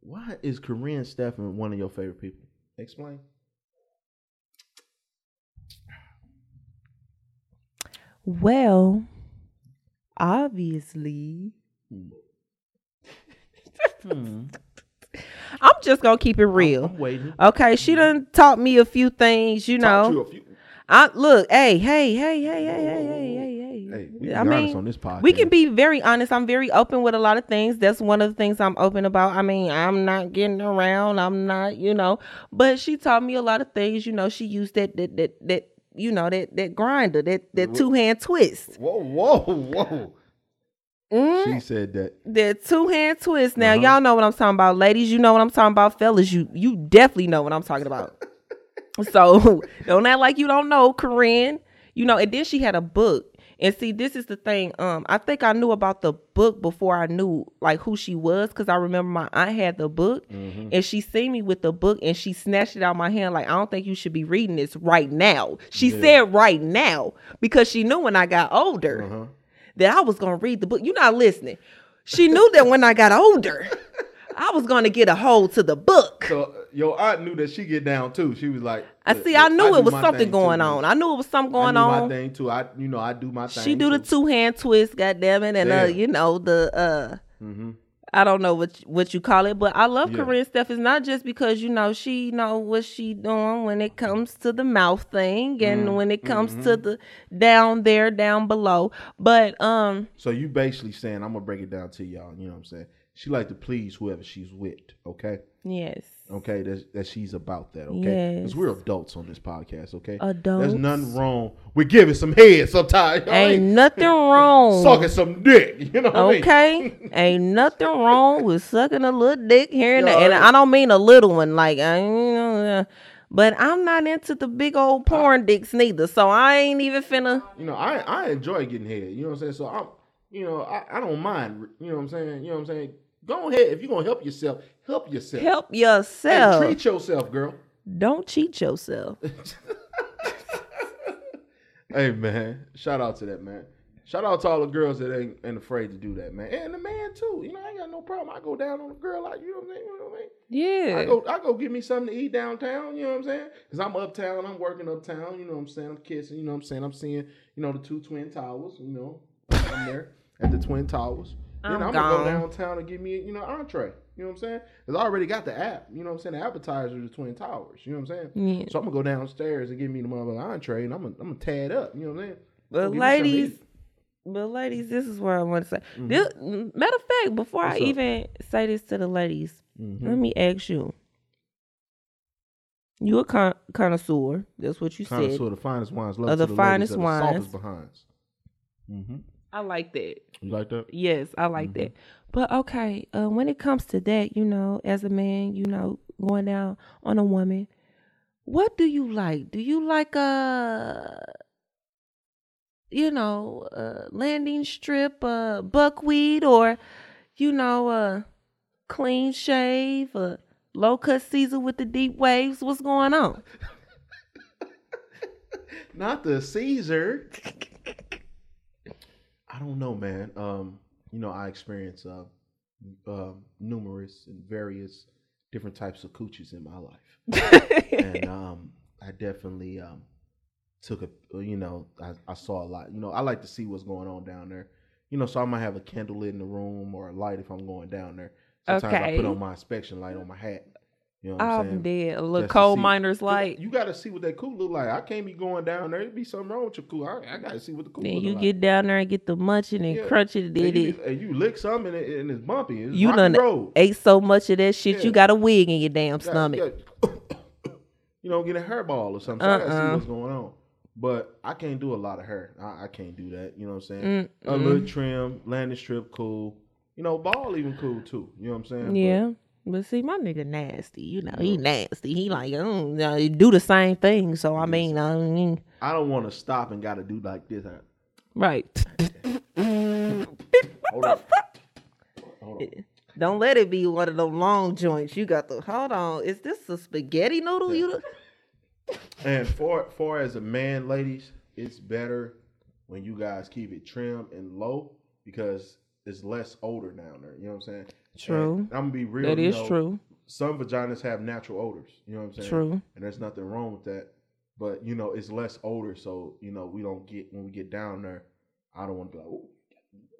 S3: Why is Corinne Steffen one of your favorite people? Explain.
S4: Well, obviously. I'm just gonna keep it Hmm. real.
S3: Oh,
S4: Uh,
S3: I'm waiting.
S4: Okay, she done taught me a few things, you
S3: Taught
S4: know.
S3: you a few-
S4: I look, hey, hey, hey, hey, hey, hey, hey, hey, hey.
S3: Hey, we can
S4: I
S3: be
S4: mean,
S3: honest on this podcast.
S4: We can be very honest. I'm very open with a lot of things. That's one of the things I'm open about. I mean, I'm not getting around. I'm not, you know. But she taught me a lot of things. You know, she used that that that that you know that that grinder, that that two hand twist.
S3: Whoa, whoa, whoa.
S4: Mm.
S3: She said that.
S4: The two hand twist. Now
S3: Uh-huh.
S4: y'all know what I'm talking about, ladies. You know what I'm talking about, fellas. You you definitely know what I'm talking about. so don't act like you don't know, Corinne. You know, and then she had a book, And see, this is the thing. Um, I think I knew about the book before I knew like who she was, because I remember my aunt had the book, and she seen me with the book, and she snatched it out of my hand like, I don't think you should be reading this right now. She said right now because she knew when I got older that I was gonna read the book. You're not listening. She knew that when I got older, I was gonna get a hold to the book.
S3: So your aunt knew that she get down too. She was like,
S4: I
S3: "Look,
S4: see. I
S3: look,
S4: knew
S3: do
S4: it was
S3: my
S4: something
S3: thing,
S4: going
S3: too.
S4: on. I knew it was something
S3: I
S4: going
S3: do my
S4: on.
S3: thing too. I, you know, I do my thing.
S4: She do the
S3: too.
S4: two hand twist, goddamn it, and uh,
S3: Damn.
S4: you know the uh, I don't know what what you call it, but I love
S3: Mm-hmm. Yeah.
S4: Korean stuff. It's not just because you know she know what she doing when it comes to the mouth thing and
S3: Mm,
S4: when it comes to
S3: mm-hmm.
S4: the down there, down below. But um,
S3: So you basically saying, I'm gonna break it down to y'all. You know what I'm saying? She like to please whoever she's with. Okay,
S4: yes,
S3: okay. That that she's about that. Okay, because
S4: Yes.
S3: we're adults on this podcast. Okay,
S4: Adults.
S3: There's nothing wrong. with giving some head sometimes. all right?
S4: ain't nothing wrong.
S3: sucking some dick. You know what I mean?
S4: Okay, ain't nothing wrong with sucking a little dick here and
S3: Yeah,
S4: there, and
S3: alright.
S4: I don't mean a little one, like I, you know, uh, but I'm not into the big old porn dicks neither, so I ain't even finna.
S3: you know, I I enjoy getting head. You know what I'm saying? So I'm, you know, I, I don't mind. You know what I'm saying? You know what I'm saying? Go ahead if you're gonna help yourself, help yourself.
S4: Help
S3: and
S4: yourself.
S3: treat yourself, girl.
S4: don't cheat yourself.
S3: Hey man, shout out to that man. Shout out to all the girls that ain't, ain't afraid to do that, man, and the man too. You know, I ain't got no problem. I go down on a girl like you know what I'm saying. You know what I mean? I
S4: Yeah.
S3: go, I go get me something to eat downtown. You know what I'm saying? Because I'm uptown. I'm working uptown. You know what I'm saying? I'm kissing. You know what I'm saying? I'm seeing. You know the two twin towers. You know, I'm there at the twin towers. Then
S4: I'm
S3: I'm, gonna go
S4: gone.
S3: downtown and get me, you know, entree. You know what I'm saying? Because I already got the app. You know what I'm saying? The appetizer to the twin towers. You know what I'm saying?
S4: Yeah.
S3: So I'm gonna go downstairs and get me the motherfucking entree, and I'm gonna, I'm gonna tie it up. You know what I'm saying?
S4: But
S3: Go get me something to
S4: ladies,
S3: eat.
S4: but ladies, this is what I want to say. This, matter of fact, before
S3: Mm-hmm. What's up?
S4: I
S3: Mm-hmm.
S4: even say this to the ladies, let me ask you. You a con- connoisseur. That's what you said.
S3: connoisseur, the finest wines, love
S4: Of
S3: to
S4: the
S3: the
S4: finest
S3: finest wines,
S4: wines.
S3: softest behinds. Mm-hmm.
S4: I like that.
S3: You like that?
S4: Yes, I like
S3: Mm-hmm.
S4: that. But okay, uh, when it comes to that, you know, as a man, you know, going down on a woman, what do you like? Do you like a, you know, a landing strip, uh, buckwheat, or you know, a clean shave, a low cut Caesar with the deep waves? What's going on?
S3: Not the Caesar. I don't know, man. Um, you know, I experience uh, um numerous and various different types of cooches in my life, and um, I definitely um, took a, you know, I, I saw a lot. You know, I like to see what's going on down there. You know, so I might have a candle lit in the room or a light if I'm going down there. Sometimes I put
S4: Okay. Um,
S3: on my inspection light on my hat. You know what I'm
S4: I'm,
S3: saying?
S4: dead. A little
S3: just to
S4: coal
S3: see.
S4: miner's
S3: 'Cause
S4: like.
S3: You got to see what that cool look like. I can't be going down there. It be something wrong with your cool. I, I got to see what the cool.
S4: Then
S3: look
S4: you
S3: like.
S4: get down there and get the munching and
S3: Yeah.
S4: crunching and it
S3: and
S4: is.
S3: you, and you lick something and, it, and it's bumpy. It's
S4: You
S3: rocky
S4: done
S3: road.
S4: ate so much of that shit,
S3: Yeah.
S4: you got a wig in your damn
S3: Got-
S4: stomach.
S3: got- you know, get a hairball or something. So I got to
S4: Uh-uh.
S3: see what's going on. But I can't do a lot of hair. I, I can't do that. You know what I'm saying? A little trim, landing strip, cool. You know, ball even cool too. You know what I'm saying? But
S4: Yeah. But see, my nigga nasty. You know, he nasty. He like, mm, nah, he do the same thing. So, I mean, I mean
S3: I don't want to stop and got to do like this. I-
S4: right.
S3: Hold on.
S4: Don't let it be one of them long joints. You got the, hold on. Is this a spaghetti noodle? You done-
S3: And for for as a man, ladies, it's better when you guys keep it trim and low because it's less odor down there. You know what I'm saying?
S4: True.
S3: And I'm gonna be real.
S4: That
S3: you
S4: is
S3: know,
S4: true.
S3: Some vaginas have natural odors. You know what I'm saying?
S4: True.
S3: And there's nothing wrong with that. But you know, it's less odor, so you know we don't get when we get down there. I don't want to be like, "Ooh,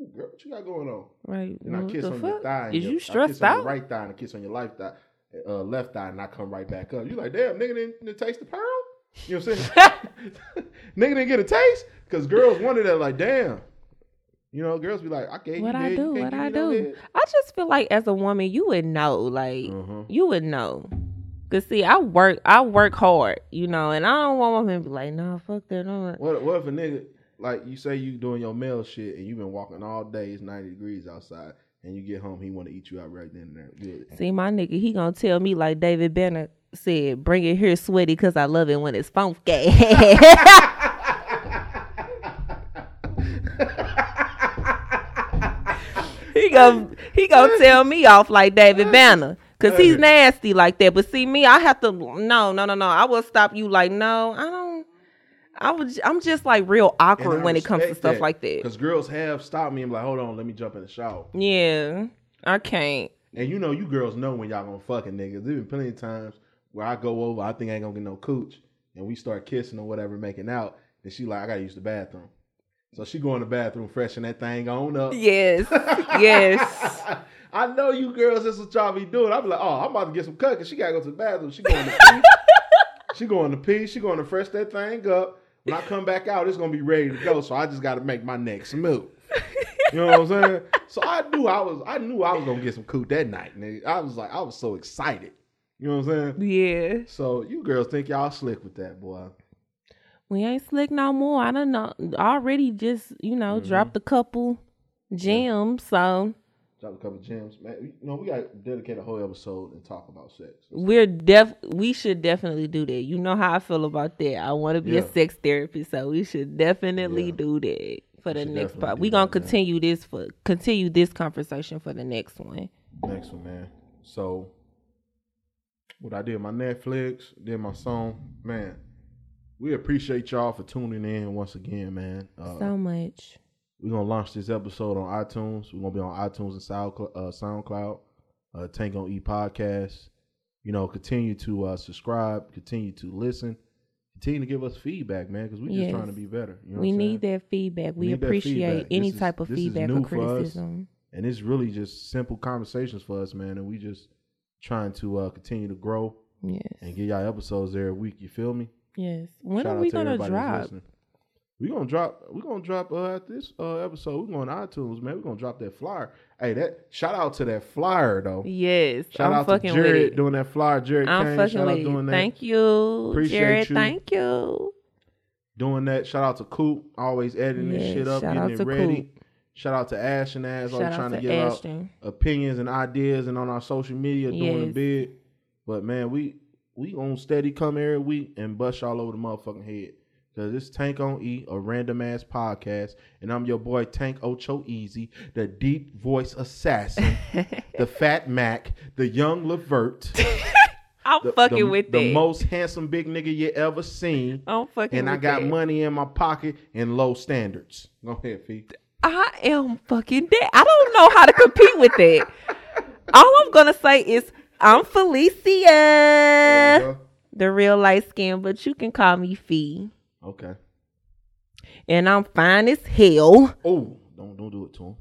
S3: ooh, girl, what you got going on?"
S4: Right.
S3: And I kiss on your thigh. and
S4: Mm-hmm. Is
S3: your-
S4: you
S3: I kiss
S4: stressed
S3: on
S4: out?
S3: your right thigh and I kiss on your left thigh, uh, left thigh, and I come right back up. You like, damn, nigga didn't, didn't taste the pearl. You know what I'm saying? nigga didn't get a taste because girls wanted that. Like, damn. You know, girls be like, I gave
S4: What
S3: you
S4: I
S3: head, you
S4: do,
S3: can't
S4: what
S3: give
S4: I
S3: me no
S4: do.
S3: head.
S4: I just feel like as a woman, you would know. Like,
S3: Uh-huh.
S4: you would know. Cause see, I work, I work hard, you know, and I don't want women to be like, nah, fuck that. No.
S3: What, what if a nigga like you say you doing your male shit and you've been walking all day, it's 90 degrees outside, and you get home, he want to eat you out right then and there. Good.
S4: See, my nigga, he gonna tell me like David Banner said, bring it here, sweaty, cause I love it when it's funky. gonna he gonna tell me off like David Banner. Cause he's nasty like that. But see me, I have to no, no, no, no. I will stop you like, no, I don't I would I'm just like real awkward when it comes to stuff like that.
S3: Because girls have stopped me and be like, hold on, let me jump in the shower.
S4: Yeah. I can't.
S3: And you know, you girls know when y'all gonna fucking niggas. There's been plenty of times where I go over, I think I ain't gonna get no cooch, and we start kissing or whatever, making out, and she like, I gotta use the bathroom. So she go in the bathroom, freshen that thing on up.
S4: Yes. yes.
S3: I know you girls, this is what y'all be doing. I be like, oh, I'm about to get some cut because she gotta go to the bathroom. She going to pee. she going to pee. She going to fresh that thing up. When I come back out, it's gonna be ready to go. So I just gotta make my next move. You know what I'm saying? So I knew I was I knew I was gonna get some coot that night, nigga. I was like, I was so excited. You know what I'm saying?
S4: Yeah.
S3: So you girls think y'all slick with that, boy.
S4: We ain't slick no more. I don't know. I already just, you know,
S3: Mm-hmm.
S4: dropped a couple gems. So
S3: Drop a couple gems. Man, you know, we gotta dedicate a whole episode and talk about sex.
S4: we're def we should definitely do that. You know how I feel about that. I want to be
S3: Yeah.
S4: a sex therapist, so we should definitely
S3: Yeah.
S4: do that for the
S3: should
S4: next
S3: definitely
S4: part.
S3: do
S4: We gonna
S3: that, yeah.
S4: continue this for continue this conversation for the next one.
S3: Next one, man. So, what I did my Netflix, did my song, man. We appreciate y'all for tuning in once again, man. Uh,
S4: so much.
S3: we're gonna launch this episode on iTunes. We're gonna be on iTunes and SoundCloud. Uh, SoundCloud uh, Tank on E podcast. You know, continue to uh, subscribe, continue to listen, continue to give us feedback, man, because we're just
S4: Yes.
S3: trying to be better. You know what
S4: we
S3: I'm
S4: need
S3: saying?
S4: that feedback. We
S3: Need that
S4: appreciate
S3: feedback.
S4: any
S3: This is-
S4: type of
S3: this is
S4: feedback
S3: new
S4: or
S3: for us.
S4: criticism.
S3: and it's really just simple conversations for us, man. And we just trying to uh, continue to grow
S4: Yes.
S3: and get y'all episodes every week. You feel me?
S4: Yes. When
S3: Shout
S4: are
S3: out
S4: we
S3: to
S4: gonna
S3: everybody that's
S4: drop?
S3: listening. We gonna drop. We gonna drop uh, at this uh, episode. We going to iTunes, man. We are gonna drop that flyer. Hey, that shout out to that flyer though.
S4: Yes.
S3: Shout
S4: I'm
S3: out to
S4: fucking
S3: Jared
S4: with it.
S3: doing that flyer. Jared
S4: I'm
S3: Kane,
S4: fucking
S3: shout
S4: with
S3: out
S4: it.
S3: doing that.
S4: Thank you,
S3: Appreciate
S4: Jared.
S3: you.
S4: Thank you.
S3: Doing that. Shout out to Coop, always editing this
S4: Yes,
S3: shit up,
S4: shout out
S3: getting it
S4: to
S3: ready.
S4: Coop.
S3: Shout out to Ash and Ash, always
S4: Shout
S3: trying
S4: out
S3: to,
S4: to
S3: give
S4: Ashton.
S3: out opinions and ideas and on our social media doing the
S4: Yes.
S3: bid. But man, we we on steady come every week and bust y'all over the motherfucking head. Cause it's Tank on E, a random ass podcast, and I'm your boy Tank Ocho Easy, the deep voice assassin, the fat Mac, the young Levert.
S4: I'm
S3: the-
S4: fucking
S3: the,
S4: with
S3: the
S4: it.
S3: most handsome big nigga you ever seen,
S4: I'm fucking
S3: and I
S4: with
S3: got
S4: that.
S3: money in my pocket and low standards. Go ahead, Fee.
S4: I am fucking dead. I don't know how to compete with it. All I'm gonna say is I'm Felicia, the real light skin, but you can call me Fee,
S3: Okay.
S4: and I'm fine as hell.
S3: Oh, don't don't do it to him.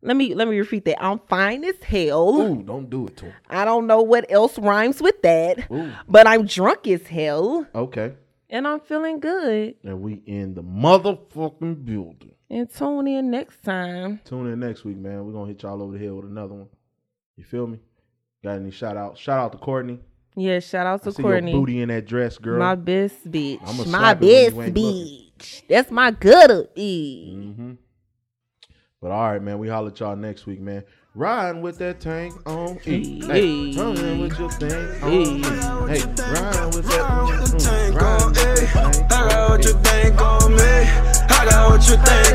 S4: Let me let me repeat that. I'm fine as hell.
S3: Oh, don't do it to him.
S4: I don't know what else rhymes with that,
S3: Ooh.
S4: but I'm drunk as hell,
S3: Okay.
S4: and I'm feeling good.
S3: And we in the motherfucking building.
S4: And tune in next time.
S3: Tune in next week, man. We're gonna hit y'all over the head with another one. You feel me? Got any shout out? Shout out to Courtney.
S4: Yeah, shout out to
S3: I see
S4: Courtney.
S3: your booty in that dress, girl.
S4: My best bitch.
S3: I'ma
S4: my
S3: slap it when
S4: best
S3: you ain't looking.
S4: bitch. That's my good bitch.
S3: Mm-hmm. But all right, man. We holler at y'all next week, man. Riding with that tank on E. Hey,
S4: Hey.
S3: turning with your thing on E. Hey, riding with
S2: Ride with the
S3: that
S2: tank
S3: mm,
S2: on
S3: riding
S2: E.
S3: with
S2: it. I
S3: that thing
S2: got
S3: on E.
S2: what you think on me. I got what you think